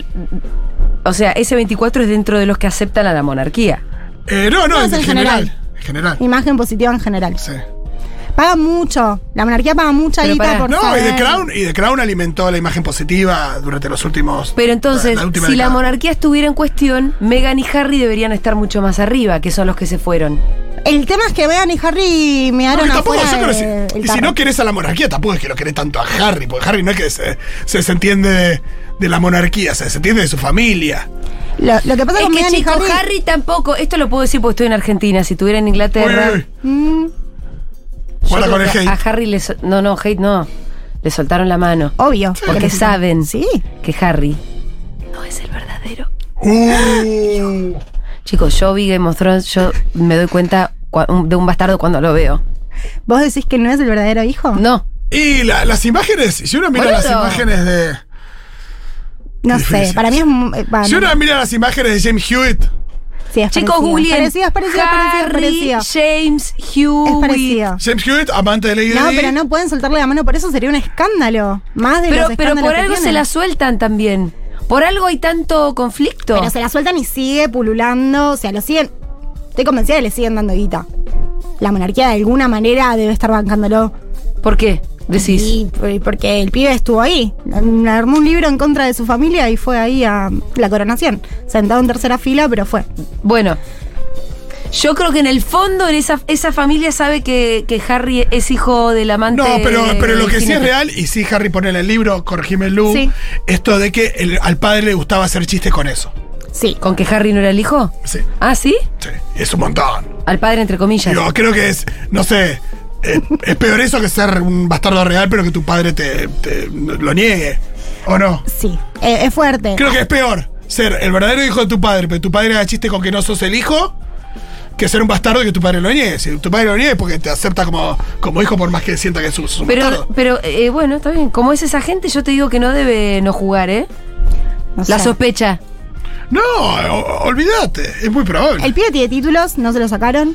S1: O sea, ese 24 es dentro de los que aceptan a la monarquía.
S2: Eh, no, no,
S3: No,
S2: en,
S3: es en
S2: general.
S3: general.
S1: Mm.
S2: En general.
S3: Imagen positiva en general.
S2: Sí.
S3: Paga mucho. La monarquía paga mucha
S1: Pero
S3: guita
S1: pará.
S3: por
S2: No, y
S3: saber.
S2: The, Crown, y The Crown alimentó la imagen positiva durante los últimos.
S1: Pero entonces,
S2: última
S1: si la
S2: década.
S1: monarquía estuviera en cuestión, Meghan y Harry deberían estar mucho más arriba, que son los que se fueron.
S3: El tema es que Meghan y Harry me
S2: No, que
S3: dieron
S2: tampoco,
S3: afuera
S2: yo creo que si-
S3: de- el
S2: y si
S3: tarro.
S2: no querés a la monarquía, tampoco es que lo querés tanto a Harry, porque Harry no es que se, se desentiende de, de la monarquía, se desentiende de su familia.
S3: Lo, lo que pasa
S1: Es
S3: con
S1: que
S3: Meghan y
S1: chicos,
S3: Harry...
S1: Harry... tampoco, esto lo puedo decir porque estoy en Argentina, si estuviera en Inglaterra.
S2: Uy, uy, uy.
S3: Mm,
S1: yo
S2: Guarda
S1: creo
S2: con el
S1: que
S2: hate.
S1: A Harry le sol- no, no, hate no. Le soltaron la mano.
S3: obvio.
S1: Porque
S3: sí.
S1: saben
S3: Sí.
S1: que Harry no es el verdadero.
S2: Uh,
S1: Chicos, yo vi Game of Thrones, yo me doy cuenta cua- un- de un bastardo cuando lo veo.
S3: ¿Vos decís que no es el verdadero hijo?
S1: No,
S2: y la- las imágenes, si uno mira las
S1: Boludo.
S2: imágenes de.
S3: No
S2: Difícil.
S3: sé, para mí es... mu- eh, va,
S2: Si
S3: no,
S2: uno mira las imágenes de James Hewitt,
S3: sí, es
S1: chicos,
S3: parecido.
S1: googleen.
S3: Parecido, es parecido, es parecido, es
S1: Harry,
S3: parecido.
S1: James,
S3: Es
S1: Hugh.
S3: parecido.
S2: James Hewitt, amante de Lady
S3: No,
S2: Di.
S3: pero no pueden soltarle la mano, por eso sería un escándalo. Más de
S1: Pero,
S3: los
S1: pero
S3: escándalos
S1: por
S3: que
S1: algo se
S3: tienen.
S1: la sueltan también. Por algo hay tanto conflicto.
S3: Pero se la sueltan y sigue pululando. O sea, lo siguen. Estoy convencida que le siguen dando guita. La monarquía de alguna manera debe estar bancándolo.
S1: ¿Por qué? Decís.
S3: Y por- porque el pibe estuvo ahí. Armó un libro en contra de su familia y fue ahí a la coronación. Sentado en tercera fila, pero fue.
S1: Bueno, yo creo que en el fondo en esa, esa familia sabe que, que Harry es hijo del amante.
S2: No, pero, pero lo que sí es
S1: jinete.
S2: real, y sí Harry pone en el libro, corregime Lu,
S3: Sí.
S2: esto de que el- al padre le gustaba hacer chistes con eso.
S3: Sí.
S1: ¿Con que Harry no era el hijo?
S2: Sí,
S1: Ah, sí.
S2: sí, es un montón.
S1: Al padre, entre comillas.
S2: Yo creo que es, no sé, eh, es peor eso que ser un bastardo real, pero que tu padre te, te lo niegue, ¿o no?
S3: Sí. Eh, es fuerte.
S2: Creo que es peor ser el verdadero hijo de tu padre, pero tu padre haga chistes con que no sos el hijo, que ser un bastardo y que tu padre lo niegue. Si tu padre lo niegue es porque te acepta como, como hijo por más que sienta que es un, es un
S1: Pero,
S2: bastardo.
S1: pero eh, bueno, está bien. Como es esa gente, yo te digo que no debe no jugar, ¿eh?
S3: No
S1: La
S3: sé.
S1: sospecha.
S2: No, o- olvídate, es muy probable.
S3: El pibe tiene títulos, no se lo sacaron.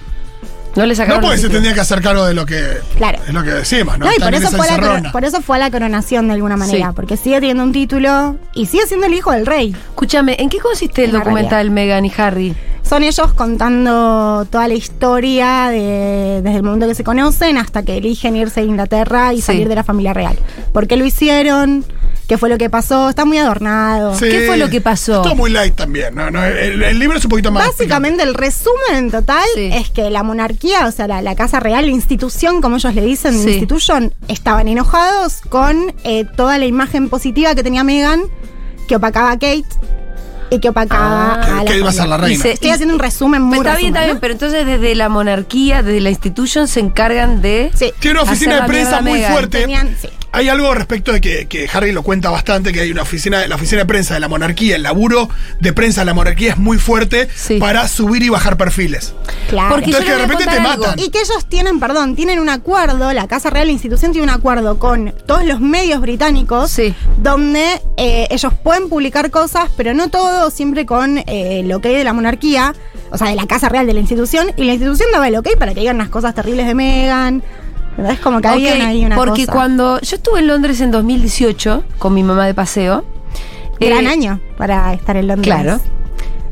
S1: No le sacaron.
S2: No, porque
S1: los
S2: se
S1: títulos.
S2: tendría que hacer cargo de lo que,
S3: Claro.
S2: de lo que decimos, ¿no?
S3: No, y por
S2: También
S3: eso,
S2: esa
S3: fue a la,
S2: encerrona.
S3: coro- por eso fue a la coronación de alguna manera.
S1: Sí.
S3: Porque sigue teniendo un título y sigue siendo el hijo del rey.
S1: Escúchame, ¿en qué consiste el
S3: Una
S1: documental Megan y Harry?
S3: Son ellos contando toda la historia de- desde el momento que se conocen hasta que eligen irse a Inglaterra y
S1: Sí.
S3: salir de la familia real. ¿Por qué lo hicieron? ¿Qué fue lo que pasó? Está muy adornado.
S2: Sí.
S1: ¿Qué fue lo que pasó?
S2: Esto Eh, es muy light también, ¿no? no, el, el libro es un poquito más...
S3: Básicamente el resumen total
S1: Sí.
S3: es que la monarquía, o sea, la, la casa real, la institución, como ellos le dicen,
S1: Sí.
S3: institution, estaban enojados con eh, toda la imagen positiva que tenía Meghan, que opacaba a Kate y que
S1: Ah.
S3: opacaba a la
S2: Que- que iba a ser
S3: familia.
S2: la reina.
S1: se-
S3: Estoy haciendo un resumen muy
S1: está bien,
S3: resumen,
S1: está bien,
S3: ¿no?
S1: pero entonces desde la monarquía, desde la institución, se encargan de.
S3: Sí.
S2: Tiene una oficina
S1: Hacer la
S2: de prensa
S1: mierda
S2: muy
S1: Meghan.
S2: fuerte.
S3: Tenían- sí.
S2: Hay algo respecto de que, que Harry lo cuenta bastante, que hay una oficina, la oficina de prensa de la monarquía, el laburo de prensa de la monarquía es muy fuerte
S1: Sí.
S2: para subir y bajar perfiles.
S3: Claro.
S1: Porque yo
S2: Entonces, que
S1: le
S2: de
S1: voy a
S2: repente te
S1: contar algo.
S2: matan.
S3: y que ellos tienen, perdón, tienen un acuerdo, la Casa Real, la institución tiene un acuerdo con todos los medios británicos,
S1: Sí.
S3: donde eh, ellos pueden publicar cosas, pero no todo, siempre con eh, lo que hay de la monarquía, o sea, de la Casa Real, de la institución, y la institución daba el ok para que digan las cosas terribles de Meghan. ¿verdad? Es como que había
S1: Ok,
S3: ahí una
S1: porque
S3: cosa.
S1: cuando yo estuve en Londres en 2018 con mi mamá de paseo.
S3: Gran
S1: eh,
S3: año para estar en Londres.
S1: Claro.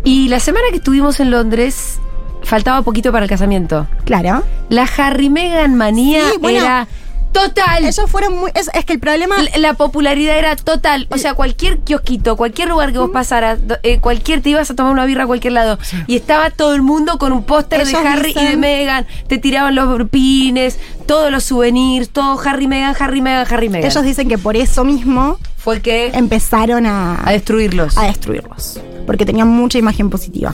S1: Y la semana que estuvimos en Londres, faltaba poquito para el casamiento.
S3: Claro.
S1: La Harry Meghan manía
S3: Sí, bueno,
S1: era total.
S3: Ellos fueron muy. Es, es que el problema.
S1: L- La popularidad era total. O sea, cualquier kiosquito, cualquier lugar
S3: Mm.
S1: que vos pasaras, do- eh, cualquier te ibas a tomar una birra a cualquier lado. Y estaba todo el mundo con un póster de
S3: Ellos
S1: Harry y de
S3: dicen-
S1: Meghan. Te tiraban los pines, todos los souvenirs, todo Harry Meghan, Harry Meghan, Harry Meghan.
S3: Ellos Em- dicen que por eso mismo
S1: Fue que
S3: empezaron a,
S1: a destruirlos.
S3: a destruirlos. Porque tenían mucha imagen positiva.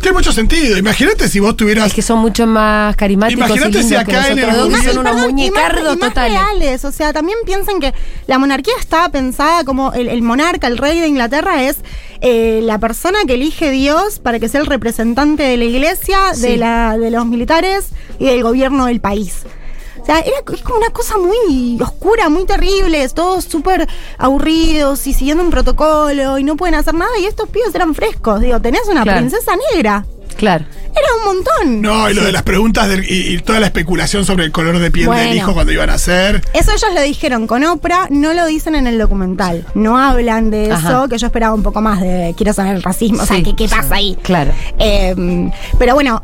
S2: Tiene mucho sentido. Imagínate si vos tuvieras...
S1: Es que son mucho más carismáticos. y
S2: Imagínate si
S1: lindos
S2: acá
S1: que
S2: en el
S1: nosotros dos, que
S2: Eurovision-
S1: son unos
S3: Perdón, Ah, y más-
S1: muñecardos
S3: y más
S1: totales.
S3: reales. O sea, también piensen que la monarquía estaba pensada como el, el monarca, el rey de Inglaterra, es eh, la persona que elige Dios para que sea el representante de la iglesia,
S1: Sí.
S3: de, la, de los militares y del gobierno del país. O sea, era, es como una cosa muy oscura, muy terrible, todos súper aburridos y siguiendo un protocolo y no pueden hacer nada. Y estos pibes eran frescos. Digo, tenés una
S1: Claro.
S3: princesa negra.
S1: Claro.
S3: Era un montón.
S2: No, y lo de las preguntas del- y, y toda la especulación sobre el color de piel del
S3: Bueno.
S2: hijo cuando iban a nacer.
S3: Eso ellos lo dijeron con Oprah, no lo dicen en el documental. No hablan de eso,
S1: Ajá.
S3: que yo esperaba un poco más de quiero saber el racismo,
S1: Sí,
S3: o sea, ¿qué, qué
S1: sí.
S3: pasa ahí?
S1: Claro.
S3: Eh, Em, pero bueno,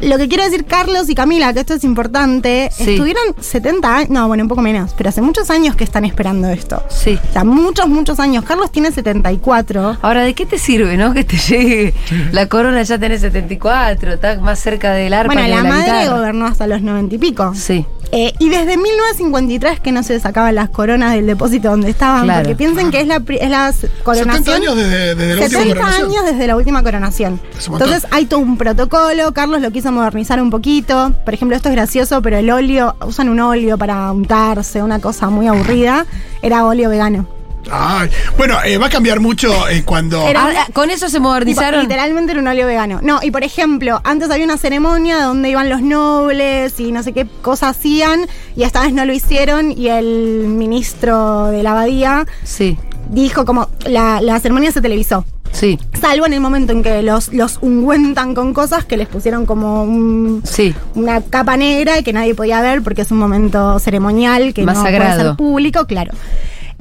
S3: Lo que quiero decir, Carlos y Camila, que esto es importante,
S1: Sí.
S3: estuvieron 70 años, no, bueno, un poco menos, pero hace muchos años que están esperando esto.
S1: Sí.
S3: O sea, muchos, muchos años. Carlos tiene 74.
S1: Ahora, ¿de qué te sirve, no? Que te llegue la corona, ya tenés 74, está más cerca del arpa
S3: Bueno,
S1: que
S3: la,
S1: de la
S3: madre
S1: guitarra.
S3: gobernó hasta los 90 y pico.
S1: Sí.
S3: Eh, y desde 1953 que no se sacaban las coronas del depósito donde estaban,
S1: Claro.
S3: porque piensen que es la, pri- es la coronación.
S2: 70 años desde, desde la última
S3: 70
S2: coronación.
S3: años desde la última coronación.
S2: Es un montón.
S3: Entonces hay todo un protocolo, Carlos lo quiso modernizar un poquito. Por ejemplo, esto es gracioso, pero el óleo, usan un óleo para untarse, una cosa muy aburrida. Era óleo vegano.
S2: Ay, bueno, eh, va a cambiar mucho eh, cuando.
S3: Era-
S1: Ah, ah, con eso se
S3: Tipo,
S1: modernizaron.
S3: literalmente era un óleo vegano. No, y por ejemplo, antes había una ceremonia donde iban los nobles y no sé qué cosas hacían, y esta vez no lo hicieron, y el ministro de la abadía
S1: Sí,
S3: dijo como la, la ceremonia se televisó.
S1: sí,
S3: Salvo en el momento en que los, los ungüentan con cosas que les pusieron como un-
S1: sí.
S3: una capa negra y que nadie podía ver porque es un momento ceremonial que
S1: Más
S3: no puede
S1: sagrado.
S3: ser público, claro.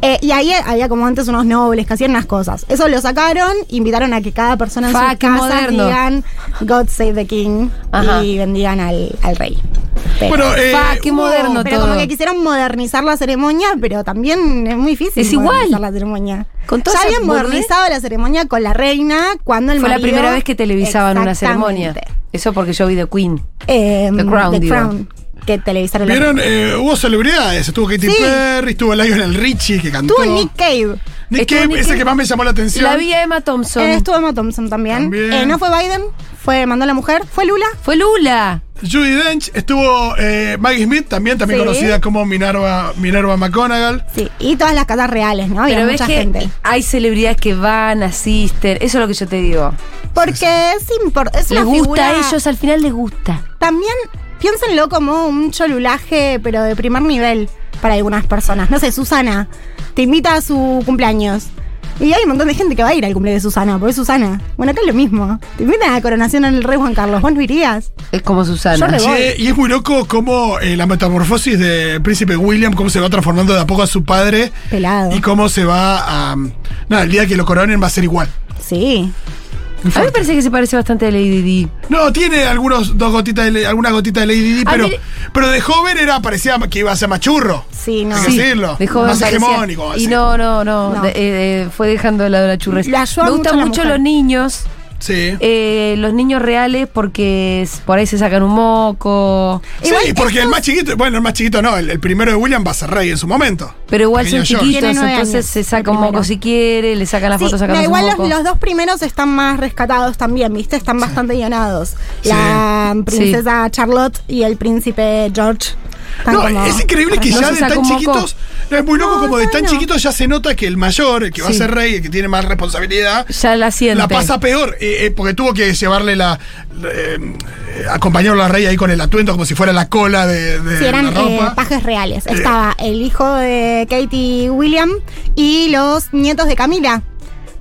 S3: Eh, y ahí había como antes unos nobles que hacían unas cosas. Eso lo sacaron, invitaron a que cada persona en
S1: Fa,
S3: su
S1: qué
S3: casa
S1: moderno.
S3: digan God Save the King
S1: Ajá.
S3: y vendían al, al rey. Pero,
S2: Bueno, eh,
S1: Fa, qué
S2: hubo-
S1: moderno
S3: pero
S1: todo.
S3: como que quisieron modernizar la ceremonia, pero también es muy difícil
S1: Es igual.
S3: modernizar la ceremonia.
S1: Con todas
S3: ya
S1: esas
S3: habían
S1: burdez-
S3: modernizado la ceremonia con la reina cuando el
S1: Fue la
S3: marido-
S1: primera vez que televisaban una ceremonia.
S3: Exactamente.
S1: Eso porque yo vi The Queen.
S3: Eh,
S1: The Crown,
S3: The
S1: digo.
S3: Crown, que televisaron la
S2: Vieron, eh, hubo celebridades. Estuvo Katy
S3: Sí.
S2: Perry, estuvo Lionel Richie que cantó.
S3: Estuvo Nick Cave.
S2: Nick
S1: Estuvo
S2: Cave,
S1: Nick
S2: ese
S1: Cave.
S2: que más me llamó la atención.
S1: La vi a Emma Thompson.
S3: Eh, estuvo Emma Thompson también.
S2: También.
S3: Eh, no fue Biden, fue mandó a la mujer, fue Lula.
S1: Fue Lula.
S2: Judy Dench, estuvo eh, Maggie Smith, también, también
S3: Sí.
S2: conocida como Minerva, Minerva McGonagall.
S3: Sí, y todas las catas reales, ¿no? Había
S1: Pero ves
S3: mucha
S1: que
S3: gente.
S1: hay celebridades que van, asisten. Eso es lo que yo te digo.
S3: Porque es importante.
S1: Les gusta a ellos, al final les gusta.
S3: También piénsenlo como un cholulaje, pero de primer nivel para algunas personas. No sé, Susana te invita a su cumpleaños. Y hay un montón de gente que va a ir al cumpleaños de Susana, porque es Susana. Bueno, acá es lo mismo. Te invitan a la coronación al rey Juan Carlos. ¿Vos no irías?
S1: Es como
S3: Yo
S1: Susana.
S3: re- voy.
S2: Che, y es muy loco cómo eh, la metamorfosis del príncipe William, cómo se va transformando de a poco a su padre.
S3: Pelado.
S2: Y cómo se va a. um, nada, el día que lo coronen va a ser igual.
S3: Sí.
S1: A mí me parece que se parece bastante a Lady Di.
S2: No, tiene algunos dos gotitas de, alguna gotita de Lady Di,
S1: A
S2: pero,
S1: mí-
S2: pero de joven era parecía que iba a ser más churro.
S3: Sí, no.
S2: Hay que
S1: Sí,
S2: decirlo.
S1: de joven
S2: Más
S1: parecía-
S2: hegemónico, así.
S1: Y no, no, no.
S3: No.
S1: de- eh, eh, fue dejando de lado la churres.
S3: Le ayuda
S1: Me gustan
S3: mucho a la
S1: mucho
S3: mujer.
S1: los niños.
S2: Sí.
S1: eh, los niños reales porque s- por ahí se sacan un moco.
S2: Sí,
S3: Igual
S2: porque el más chiquito, bueno, el más chiquito no, el, el primero de William va a ser rey en su momento.
S1: Pero igual son
S2: Pequeño George.
S1: chiquitos,
S3: Tiene nueve
S1: entonces
S3: años,
S1: se
S3: el
S1: saca un
S3: primero.
S1: moco si quiere, le sacan la
S3: Sí,
S1: foto sacando
S3: no,
S1: un
S3: igual
S1: moco.
S3: los, los dos primeros están más rescatados también, ¿viste? Están bastante guionados. La princesa Charlotte y el príncipe George. Están
S2: No,
S3: como-
S2: es increíble que
S1: ¿No
S2: ya
S1: se
S2: de
S1: sacó
S2: tan
S1: un moco?
S2: chiquitos, no, es muy loco
S3: No,
S2: como de
S3: no,
S2: tan
S3: no.
S2: chiquitos ya se nota que el mayor, el que va a
S1: Sí.
S2: ser rey, el que tiene más responsabilidad,
S1: ya la siente.
S2: la pasa peor, eh, eh, porque tuvo que llevarle la. eh, eh, acompañarlo a la rey ahí con el atuendo como si fuera la cola de, de
S3: Sí, eran
S2: la
S3: eh,
S2: ropa.
S3: pajes reales. Estaba el hijo de Katie William y los nietos de Camila.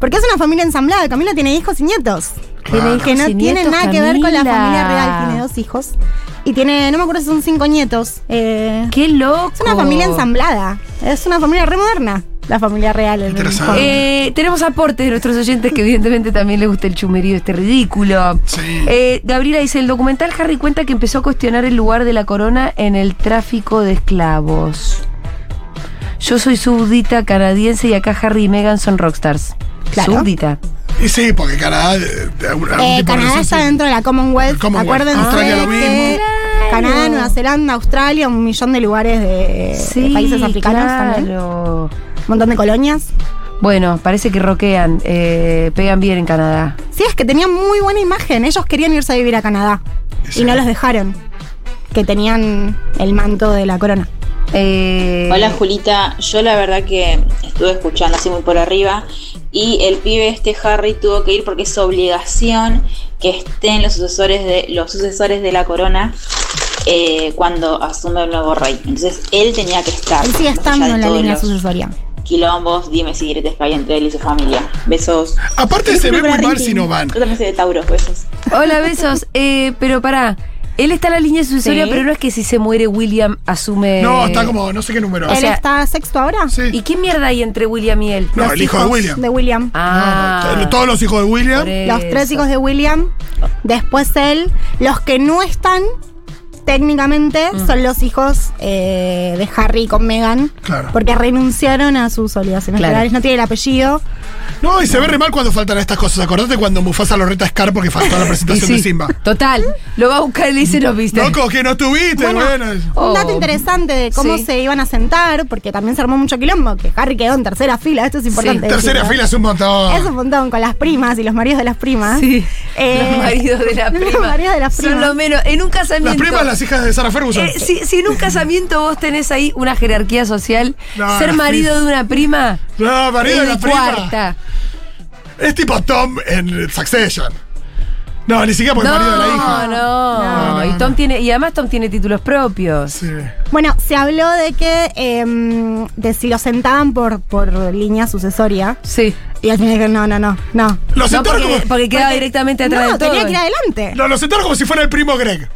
S3: Porque es una familia ensamblada. Camila tiene hijos y nietos.
S2: Claro.
S3: Que no
S1: Hijos y
S3: tienen
S1: nietos,
S3: nada que ver con la
S1: Camila.
S3: familia real. Tiene dos hijos. Y tiene, no me acuerdo si son cinco nietos. Eh,
S1: Qué loco.
S3: Es una familia ensamblada. Es una familia re moderna, Oh. la familia real. en el
S2: Interesante.
S3: informe.
S1: Eh, tenemos aportes de nuestros oyentes que evidentemente también les gusta el chumerío este ridículo.
S2: Sí.
S1: Eh, Gabriela dice, el documental Harry cuenta que empezó a cuestionar el lugar de la corona en el tráfico de esclavos. Yo soy súbdita canadiense y acá Harry y Meghan son rockstars.
S3: Claro.
S1: Súbdita.
S2: Y sí, porque Canadá. eh, de algún- algún
S3: Eh,
S2: tipo de
S3: Canadá está
S2: relación, sí.
S3: dentro de la Commonwealth.
S2: El Commonwealth.
S3: Acuérdense
S2: Australia lo mismo.
S3: que
S1: Claro.
S3: Canadá, Nueva Zelanda, Australia, un millón de lugares de, de países africanos también.
S1: claro.
S3: Un montón de colonias.
S1: Bueno, parece que roquean, eh, pegan bien en Canadá.
S3: Sí, es que tenían muy buena imagen. Ellos querían irse a vivir a Canadá.
S2: Sí.
S3: Y no los dejaron. Que tenían el manto de la corona.
S1: Eh,
S4: Hola Julita, yo la verdad que estuve escuchando así muy por arriba y el pibe este Harry tuvo que ir porque es obligación que estén los sucesores de los sucesores de la corona eh, cuando asume el nuevo rey. Entonces él tenía que estar.
S3: Él sigue
S4: más allá
S3: estando
S4: de
S3: en la
S4: todos
S3: línea
S4: los
S3: sucesoria.
S4: Quilombos, dime si diretes que hay entre él y su familia. Besos.
S2: Aparte se ve muy mal si no van.
S4: Yo también soy de Tauro, besos.
S1: Hola, besos. Eh, pero pará, Él está en la línea sucesoria,
S3: Sí.
S1: pero no es que si se muere William asume.
S2: No, está como, no sé qué número.
S1: O
S3: ¿Él
S1: sea-
S3: está sexto ahora?
S2: Sí.
S1: ¿Y qué mierda hay entre William y él?
S2: No,
S3: Los
S2: el hijo de
S3: hijos
S2: William.
S3: De William.
S1: Ah.
S2: No, Todos los hijos de William.
S1: por eso.
S3: Los tres hijos de William. Después él. Los que no están, técnicamente,
S1: Mm.
S3: son los hijos eh, de Harry con Meghan.
S2: Claro.
S3: Porque renunciaron a sus obligaciones
S1: Claro.
S3: legales. No tiene el apellido.
S2: No, y se ve re mal cuando faltan estas cosas. Acordate cuando Mufasa lo reta a Scar porque faltó
S1: [LAUGHS]
S2: la
S1: Y
S2: presentación
S1: sí,
S2: de Simba.
S1: Total. Lo va a buscar y le dice, no viste.
S2: Loco, que no estuviste,
S3: Bueno,
S2: bueno.
S1: Oh.
S3: Un dato interesante de cómo
S1: Sí.
S3: se iban a sentar, porque también se armó mucho quilombo, que Harry quedó en tercera fila, esto es importante.
S2: Tercera
S3: decirlo.
S2: fila es un montón.
S3: Es un montón, con las primas y los maridos de las primas.
S1: Sí.
S3: Eh,
S1: los maridos de la
S3: [LAUGHS] los
S1: prima.
S3: maridos de las
S1: Son
S3: primas.
S1: lo menos. En un casamiento.
S2: ¿Ah? Las primas, las hijas de Sarah Ferguson.
S1: Eh, si, si en un casamiento vos tenés ahí una jerarquía social,
S2: No,
S1: ser
S2: sí.
S1: marido de una prima
S2: no, marido de
S1: es
S2: la
S1: mi
S2: prima.
S1: cuarta.
S2: Es tipo Tom en Succession. No, ni siquiera porque
S1: No,
S2: el Pues marido de la hija.
S1: no,
S2: no,
S1: Y Tom tiene, y además Tom tiene títulos propios.
S2: Sí.
S3: Bueno, se habló de que em, de si los sentaban por, por línea sucesoria.
S1: Sí.
S3: Y al final dijeron, no, no, no, no.
S2: Lo
S1: No,
S2: sentaron
S1: porque,
S2: como.
S1: porque queda directamente atrás
S3: no,
S1: de todo.
S3: tenía que ir adelante.
S2: No, lo sentaron como si fuera el primo Greg.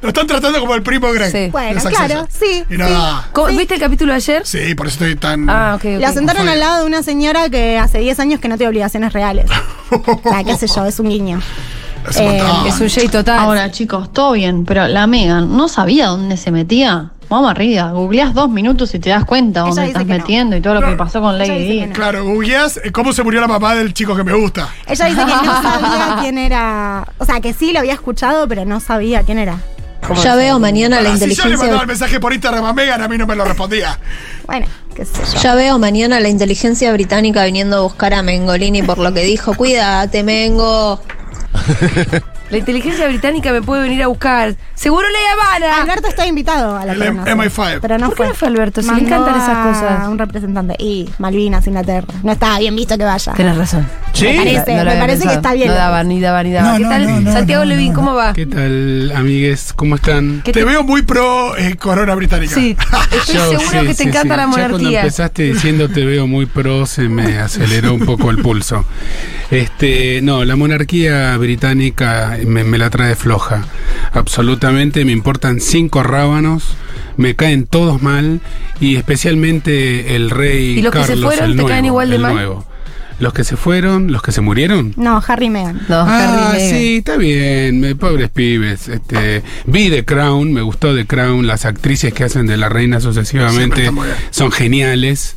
S2: Lo están tratando como el primo Greg.
S1: Sí.
S2: de
S3: Bueno,
S2: Succession.
S3: claro, sí,
S2: Y nada.
S1: ¿Cómo- ¿Viste el capítulo de ayer?
S2: Sí, por eso estoy tan.
S1: Ah, ok. ok.
S3: La sentaron al lado de una señora que hace 10 años que no tiene obligaciones reales. O
S1: Ah,
S3: sea, qué sé yo, es un guiño.
S2: [LAUGHS] Es un montón.
S1: Eh, Es un J total.
S5: Ahora, chicos, todo bien, pero la Megan no sabía dónde se metía. Vamos arriba, googleás dos minutos y te das cuenta
S3: Ella
S5: dónde
S3: dice
S5: estás
S3: que no.
S5: metiendo y todo lo que pasó con
S3: ella
S5: Lady
S3: dice que
S5: Di.
S3: no.
S2: Claro, googleás eh, cómo se murió la mamá del chico que me gusta.
S3: Ella dice que no
S1: [LAUGHS]
S3: sabía quién era. O sea, que sí lo había escuchado, pero no sabía quién era.
S6: Ya veo mañana la
S2: Ah, si yo le
S6: inteligencia.
S2: mandaba el mensaje por Instagram a Megan, a mí no me
S1: [LAUGHS]
S2: lo respondía.
S3: Bueno, qué sé yo.
S6: Ya veo mañana la inteligencia británica viniendo a buscar a Mengolini por lo que dijo. Cuídate, Mengo.
S1: La inteligencia británica me puede venir a buscar. Seguro la Habana.
S3: Alberto está invitado a la
S2: El
S3: coronación,
S2: MI5.
S3: Pero Ah, no
S1: Ah. ¿Por qué
S3: fue.
S1: no fue Alberto? Si le
S3: Mandó
S1: encantan esas
S3: a
S1: cosas.
S3: Un representante. Y Malvinas, Inglaterra. No está bien visto que vaya.
S1: Tenés razón.
S3: Me parece,
S1: No lo
S3: me
S1: había
S3: parece que
S1: pensado.
S3: está bien.
S1: No daba, ni daba, ni daba.
S2: No,
S1: ¿Qué
S2: no,
S1: tal?
S2: no, no,
S1: Santiago
S2: no,
S1: Levin, ¿cómo va?
S7: ¿Qué tal, amigues? ¿Cómo están?
S1: ¿Qué
S2: Te
S1: te-
S2: veo muy pro eh, corona británica.
S7: [LAUGHS]
S1: Sí, estoy
S7: Yo,
S1: seguro
S7: sí,
S1: que te
S7: sí,
S1: encanta
S7: sí.
S1: la
S7: Ya cuando
S1: monarquía.
S7: empezaste diciendo te veo muy pro, se me aceleró un poco el pulso. Este, no, la monarquía británica me, me la trae floja. Absolutamente, me importan cinco rábanos, me caen todos mal y especialmente el rey
S1: ¿Y los que se
S7: Carlos
S1: fueron
S7: el
S1: te
S7: nuevo,
S1: caen igual de
S7: el
S1: mal?
S7: nuevo. Los que se fueron, los que se murieron.
S3: No, Harry y Meghan.
S1: No,
S7: Ah,
S1: Harry Meghan.
S7: sí, está bien, me- pobres pibes. Este, vi The Crown, me gustó The Crown, las actrices que hacen de la reina
S2: Siempre
S7: sucesivamente
S2: está muy bien.
S7: son geniales.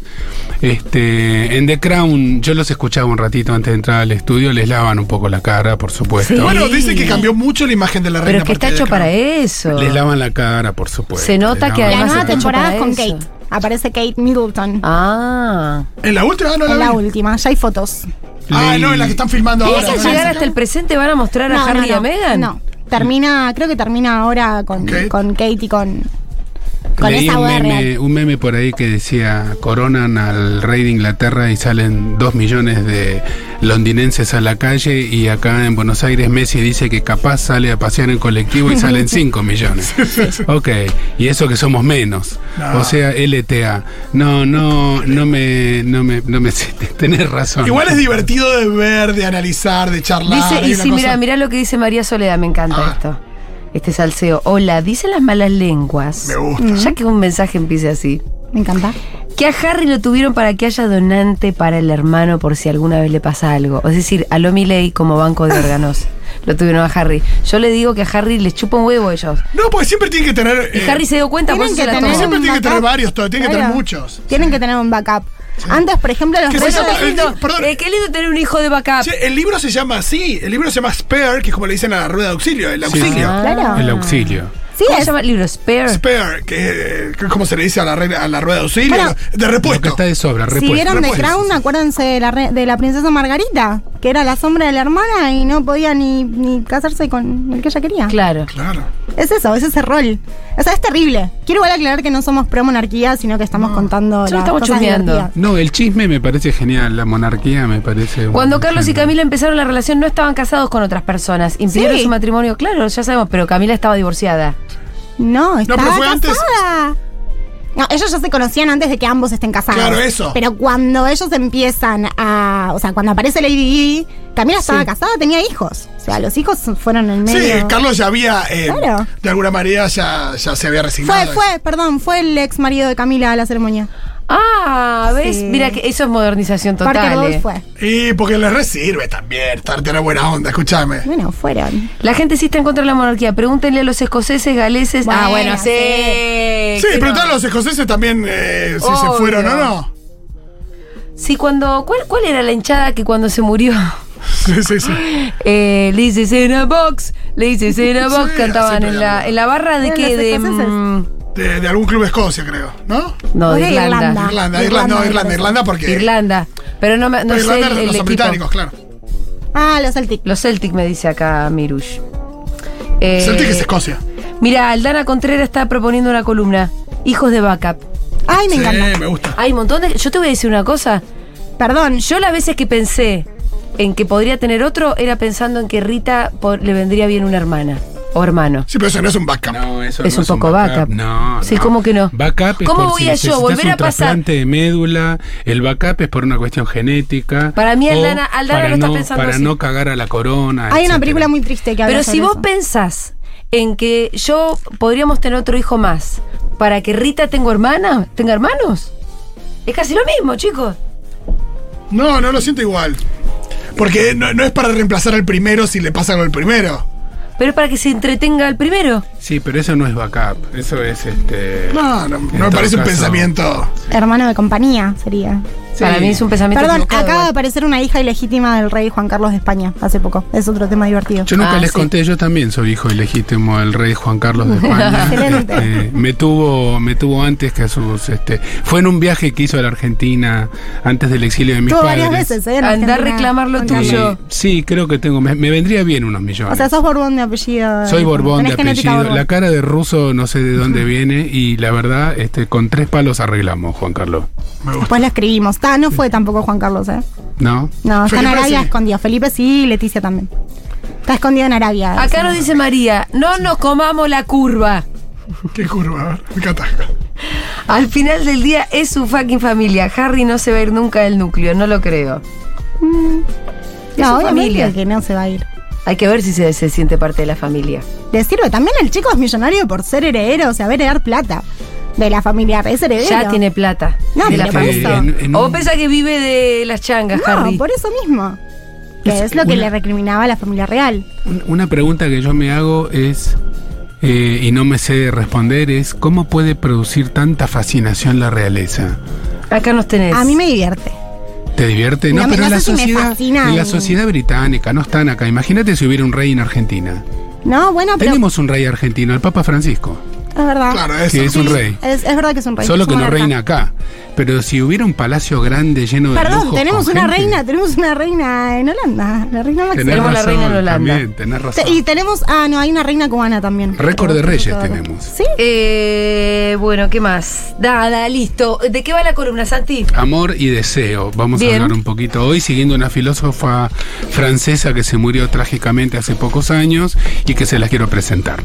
S7: Este, en The Crown yo los escuchaba un ratito antes de entrar al estudio, les lavan un poco la cara, por supuesto.
S1: Sí.
S2: Bueno, dicen que cambió mucho la imagen de la
S1: Pero
S2: reina.
S1: es que está hecho para eso.
S7: Les lavan la cara, por supuesto.
S1: Se nota
S7: les
S1: que
S7: lavan
S3: La
S1: además
S3: nueva
S1: está hecho
S3: temporada
S1: para
S3: es con
S1: eso.
S3: Kate. Aparece Kate Middleton.
S1: Ah.
S2: ¿En la última? Ah, no,
S3: en
S2: la
S3: la
S2: vi.
S3: última. Ya hay fotos.
S2: Ah, no, en la que están filmando
S1: ¿Y
S2: ahora.
S1: es
S2: ¿no?
S1: que llegar hasta el presente van a mostrar a Harry y a Meghan?
S3: No. Termina, creo que termina ahora con,
S2: Kate.
S3: con Kate y con, con
S7: Leí
S3: esa
S7: un
S3: boda real.
S7: meme, un meme por ahí que decía coronan al rey de Inglaterra y salen dos millones de londinenses a la calle y acá en Buenos Aires Messi dice que capaz sale a pasear en colectivo y salen cinco millones. Ok, y eso que somos menos.
S2: No.
S7: O sea, LTA. No, no, no me, no me, no me [LAUGHS] tenés razón.
S2: Igual es divertido de ver, de analizar, de charlar.
S1: Dice,
S2: hay
S1: y
S2: una
S1: sí,
S2: cosa-
S1: mira, mira lo que dice María Soledad, me encanta
S2: Ah.
S1: esto. Este salseo. Hola, dicen las malas lenguas.
S2: Me gusta.
S1: Ya que un mensaje empiece así.
S3: Me encanta.
S1: Que a Harry lo tuvieron para que haya donante para el hermano por si alguna vez le pasa algo. Es decir, a lo Milei como banco de órganos. [LAUGHS] lo tuvieron a Harry. Yo le digo que a Harry les chupa un huevo ellos.
S2: No, porque siempre tiene que tener.
S1: Y
S2: eh,
S1: Harry se dio cuenta, por
S3: Tienen
S1: eso
S3: que
S1: se la
S3: tener
S1: tomó.
S2: Siempre
S3: un
S2: tiene que tener
S3: backup.
S2: varios, todo, tiene que tener muchos.
S3: Tienen que tener un backup. Antes, por ejemplo, los
S2: Que
S1: Por
S2: se
S3: reyes-
S1: eso
S2: llama-
S1: qué lindo,
S2: eh, perdón.
S1: eh, qué lindo tener un hijo de backup.
S2: Che, el libro se llama así. El libro se llama Spare, que es como le dicen a la rueda de auxilio, el
S7: Sí.
S2: auxilio.
S1: Ah.
S3: Claro.
S7: el auxilio.
S3: Sí,
S1: ¿Cómo se
S3: es-
S1: llama el libro? Spare.
S2: Spare, que, que es como se le dice a la, reina- a la rueda de auxilio,
S3: Bueno.
S2: de
S7: Lo que
S2: repuesto.
S7: está de sobra,
S3: Si
S7: repuesto.
S3: vieron The
S2: repuesto.
S3: Crown, acuérdense de la, re- de la princesa Margarita, que era la sombra de la hermana y no podía ni, ni casarse con el que ella quería.
S1: Claro.
S2: Claro.
S3: Es eso, es ese rol. O sea, es terrible. Quiero igual aclarar que no somos pro monarquía, sino que estamos contando
S1: Solo
S3: las
S1: estamos
S3: cosas
S1: chusmeando.
S3: divertidas.
S7: No, el chisme me parece genial, la monarquía me parece... un-
S1: Cuando Carlos y
S7: genial.
S1: Camila empezaron la relación no estaban casados con otras personas. Impidieron
S3: Sí.
S1: su matrimonio, claro, ya sabemos, pero Camila estaba divorciada.
S3: No, estaba
S2: pero fue antes.
S3: casada. No, ellos ya se conocían antes de que ambos estén casados.
S2: Claro, eso.
S3: Pero cuando ellos empiezan a. O sea, cuando aparece Lady Di, Camila estaba
S1: Sí.
S3: casada, tenía hijos. O sea, los hijos fueron en
S2: Sí,
S3: medio.
S2: Carlos ya había, eh,
S3: Claro.
S2: de alguna manera, ya, ya se había
S3: Fue,
S2: resignado.
S3: fue, perdón, fue el ex marido de Camila a la ceremonia.
S1: Ah, ¿ves?
S3: Sí.
S1: Mira, que eso es modernización total.
S3: Parker Bowles
S1: eh.
S3: fue.
S2: Y porque les resirve también, estar tener buena onda, escúchame.
S3: Bueno, fueron.
S1: La gente sí está en contra de la monarquía. Pregúntenle a los escoceses, galeses. ah, bueno,
S3: Bueno,
S1: sí.
S3: sí.
S2: Sí,
S1: que
S2: preguntar
S1: no.
S2: a los escoceses también eh, si
S1: Obvio.
S2: se fueron o no. [LAUGHS]
S1: Sí, cuando. ¿cuál, ¿Cuál era la hinchada que cuando se murió?
S2: Sí, sí, sí.
S1: Eh, le dices en a box, le dices en a box,
S2: Sí,
S1: cantaban
S2: siempre
S1: en
S2: hay
S1: la,
S2: algo.
S1: en la barra de
S3: Eran
S1: qué?
S3: los
S1: De,
S3: escoceses.
S1: mm,
S2: De, de algún club de Escocia, creo, ¿no?
S1: no, de
S3: Oye,
S1: Irlanda.
S3: Irlanda.
S2: Irlanda, Irlanda,
S3: Irlanda,
S2: no, Irlanda,
S3: parece.
S2: Irlanda porque.
S1: Irlanda. Pero no, me- no sé
S2: Irlanda
S1: el, el
S2: son
S1: equipo.
S2: británicos, claro.
S3: Ah, los Celtic.
S1: Los Celtic me dice acá Mirush. Eh,
S2: Celtic es Escocia.
S1: Mira, Aldana Contreras está proponiendo una columna. Hijos de backup.
S3: Ay, me
S2: sí,
S3: encanta.
S2: me gusta.
S1: Hay un montón de. Yo te voy a decir una cosa.
S3: Perdón.
S1: Yo las veces que pensé en que podría tener otro era pensando en que Rita po- le vendría bien una hermana o hermano.
S2: Sí, pero eso no es un backup.
S7: No, eso
S1: Es
S7: no
S1: un poco backup.
S7: No,
S1: Sí,
S7: no.
S1: ¿cómo que no?
S7: Backup es
S1: ¿Cómo
S7: por
S1: voy
S7: si
S1: a yo
S7: necesitas
S1: volver
S7: un
S1: a pasar?
S7: trasplante de médula. El backup es por una cuestión genética.
S1: Para mí,
S7: o
S1: Aldana- Aldana
S7: para
S1: lo está
S7: no-
S1: pensando
S7: Para
S1: así.
S7: no cagar a la corona.
S3: Hay
S7: etcétera.
S3: una película muy triste que habla
S1: Pero si
S3: sobre
S1: vos
S3: eso.
S1: pensás en que yo podríamos tener otro hijo más para que Rita tenga hermana, tenga hermanos, es casi lo mismo, chicos.
S2: No, no lo siento igual. Porque no, no es para reemplazar al primero si le pasa algo al primero.
S1: Pero es para que se entretenga el primero.
S7: Sí, pero eso no es backup. Eso es este.
S2: No, no, no
S7: En
S2: me
S7: todo
S2: parece un
S7: caso-
S2: pensamiento.
S3: Hermano de compañía sería.
S7: Sí.
S1: Para mí es un pensamiento
S3: Perdón,
S1: equivocado,
S3: acaba de
S1: igual.
S3: aparecer una hija ilegítima del rey Juan Carlos de España hace poco. Es otro tema divertido.
S7: Yo nunca
S1: Ah,
S7: les
S1: sí.
S7: conté, yo también soy hijo ilegítimo del rey Juan
S1: [LAUGHS]
S7: Carlos de España.
S3: Excelente.
S7: Este, me tuvo, me tuvo antes que a sus, este, fue en un viaje que hizo a la Argentina antes del exilio de mis
S3: Tuvo
S7: padres.
S3: varias veces, ¿eh? en
S1: Andá a
S3: Argentina,
S1: reclamar lo
S3: Juan
S1: tuyo.
S3: Carlos.
S1: Yo.
S7: Y- Sí, creo que tengo, me, me vendría bien unos millones.
S3: O sea, sos Borbón de apellido.
S7: soy Borbón de
S3: Tenés genética
S7: apellido.
S3: Borbón.
S7: La cara de ruso no sé de dónde viene y la verdad, este, con tres palos arreglamos, Juan Carlos.
S3: Después la escribimos. Ta, no fue tampoco Juan Carlos, ¿eh?
S7: ¿No?
S3: No, está en
S2: Felipe
S3: Arabia
S2: sí.
S3: escondido. Felipe sí, Leticia también. Está escondido en Arabia.
S1: Acá nos dice María, no nos comamos la curva.
S2: Qué curva, a ver, me encanta.
S1: Al final del día es su fucking familia. Harry no se va a ir nunca del núcleo, no lo creo. es su
S3: no, obviamente
S1: familia.
S3: que no se va a ir.
S1: Hay que ver si se, se siente parte de la familia.
S3: Le sirve también el chico es millonario por ser heredero, o sea, ver heredar plata de la familia. Es heredero.
S1: Ya tiene plata.
S3: No,
S1: de la
S3: pero
S7: Este,
S3: por
S1: familia.
S3: eso.
S7: en- en
S1: O
S7: un-
S1: pensás que vive de las changas, Harry.
S3: No, por eso mismo. Que es,
S7: Es
S3: lo que
S7: una-
S3: le recriminaba a la familia real.
S7: Un- Una pregunta que yo me hago es, eh, y no me sé responder, es ¿cómo puede producir tanta fascinación la realeza?
S1: Acá nos tenés.
S3: A mí me divierte.
S7: ¿Te divierte? No,
S3: No me-
S7: pero
S3: no
S7: en la
S3: sé si me
S7: sociedad,
S3: fascina
S7: en la
S3: el-
S7: sociedad británica no están acá. Imagínate si hubiera un rey en Argentina.
S3: No, bueno, pero.
S7: Tenemos un rey argentino, el Papa Francisco,
S3: Es verdad.
S2: Claro,
S7: que es
S2: eso.
S7: un rey.
S3: Es, es verdad que es un rey.
S7: Solo
S3: es
S7: que
S3: un
S7: no
S3: monarca.
S7: reina acá. Pero si hubiera un palacio grande lleno de
S3: Perdón,
S7: lujos
S3: tenemos
S7: con
S3: una
S7: gente,
S3: reina, tenemos una reina en Holanda, la reina máxima.
S7: tenés
S1: Tenemos la
S7: razón,
S1: reina en Holanda.
S7: También, tenés razón.
S3: Te- Y tenemos, ah, no, hay una reina cubana también.
S7: Récord de
S3: Pero-
S7: reyes
S3: pero-
S7: tenemos.
S3: Sí,
S1: Eh, bueno, ¿qué más? Nada, listo. ¿De qué va la columna, Santi?
S7: Amor y deseo. Vamos
S1: Bien.
S7: a hablar un poquito hoy siguiendo una filósofa francesa que se murió trágicamente hace pocos años y que se las quiero presentar.